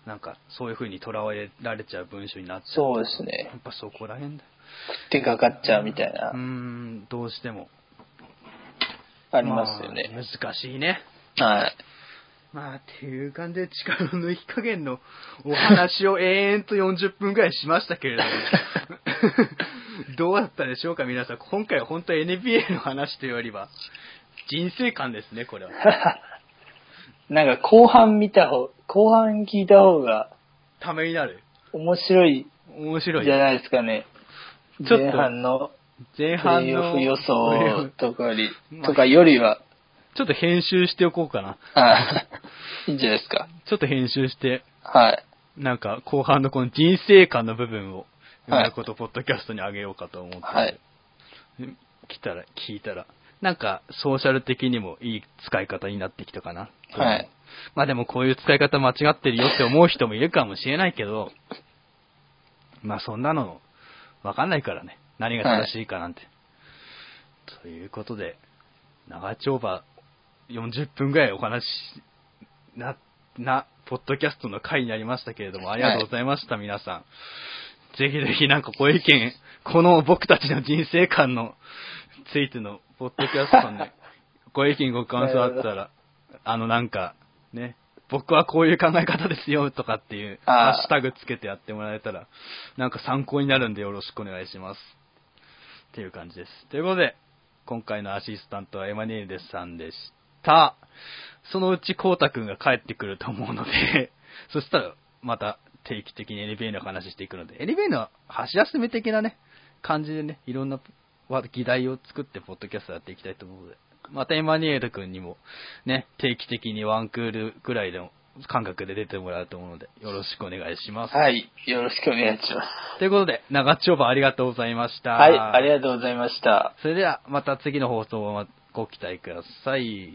[SPEAKER 1] なんか、そういう風にとらわれられちゃう文章になっちゃう。
[SPEAKER 2] そうですね
[SPEAKER 1] や。っぱそこら辺だよ。
[SPEAKER 2] 食ってかかっちゃうみたいう
[SPEAKER 1] ー
[SPEAKER 2] な、
[SPEAKER 1] ん、どうしても。
[SPEAKER 2] ありますよね。
[SPEAKER 1] あ難しいね。
[SPEAKER 2] はい。
[SPEAKER 1] まあ、っていう感じで力の抜き加減のお話を延々と40分くらいしましたけれ ども、どうだったでしょうか、皆さん。今回は本当 NBA の話というよりは、人生観ですね、これは。
[SPEAKER 2] なんか後半見た方、後半聞いた方が
[SPEAKER 1] ためになる。
[SPEAKER 2] 面白い
[SPEAKER 1] 面
[SPEAKER 2] じ
[SPEAKER 1] 白い。
[SPEAKER 2] ゃないですかね。
[SPEAKER 1] ちょっと
[SPEAKER 2] 前半の
[SPEAKER 1] 前
[SPEAKER 2] プ
[SPEAKER 1] 半
[SPEAKER 2] レイオ
[SPEAKER 1] の
[SPEAKER 2] フ予想とかより
[SPEAKER 1] まあ、
[SPEAKER 2] とかよりは、
[SPEAKER 1] ちょっと編集しておこうかな。
[SPEAKER 2] あ いいんじゃないですか。
[SPEAKER 1] ちょっと編集して、
[SPEAKER 2] はい。
[SPEAKER 1] なんか後半のこの人生観の部分を、う
[SPEAKER 2] はい
[SPEAKER 1] まいことポッドキャストにあげようかと思ってる、
[SPEAKER 2] はい
[SPEAKER 1] 来たら、聞いたら、なんかソーシャル的にもいい使い方になってきたかな。
[SPEAKER 2] はい。
[SPEAKER 1] まあでもこういう使い方間違ってるよって思う人もいるかもしれないけど、まあそんなのわかんないからね。何が正しいかなんて。ということで、長丁場40分ぐらいお話し、な、な、ポッドキャストの回になりましたけれども、ありがとうございました、皆さん。ぜひぜひなんかご意見、この僕たちの人生観のついてのポッドキャストにご意見ご感想あったら、あのなんか、ね、僕はこういう考え方ですよとかっていう、
[SPEAKER 2] あー
[SPEAKER 1] ハッシュタグつけてやってもらえたら、なんか参考になるんでよろしくお願いします。っていう感じです。ということで、今回のアシスタントはエマニエルデスさんでした。そのうちコウタくんが帰ってくると思うので、 そしたらまた定期的に NBA の話していくので、NBA の箸休め的なね、感じでね、いろんなわ議題を作ってポッドキャストやっていきたいと思うので、またエマニュエル君にもね、定期的にワンクールぐらいの感覚で出てもらうと思うので、よろしくお願いします。
[SPEAKER 2] はい。よろしくお願いします。
[SPEAKER 1] ということで、長丁場ありがとうございました。
[SPEAKER 2] はい。ありがとうございました。
[SPEAKER 1] それではまた次の放送をご期待ください。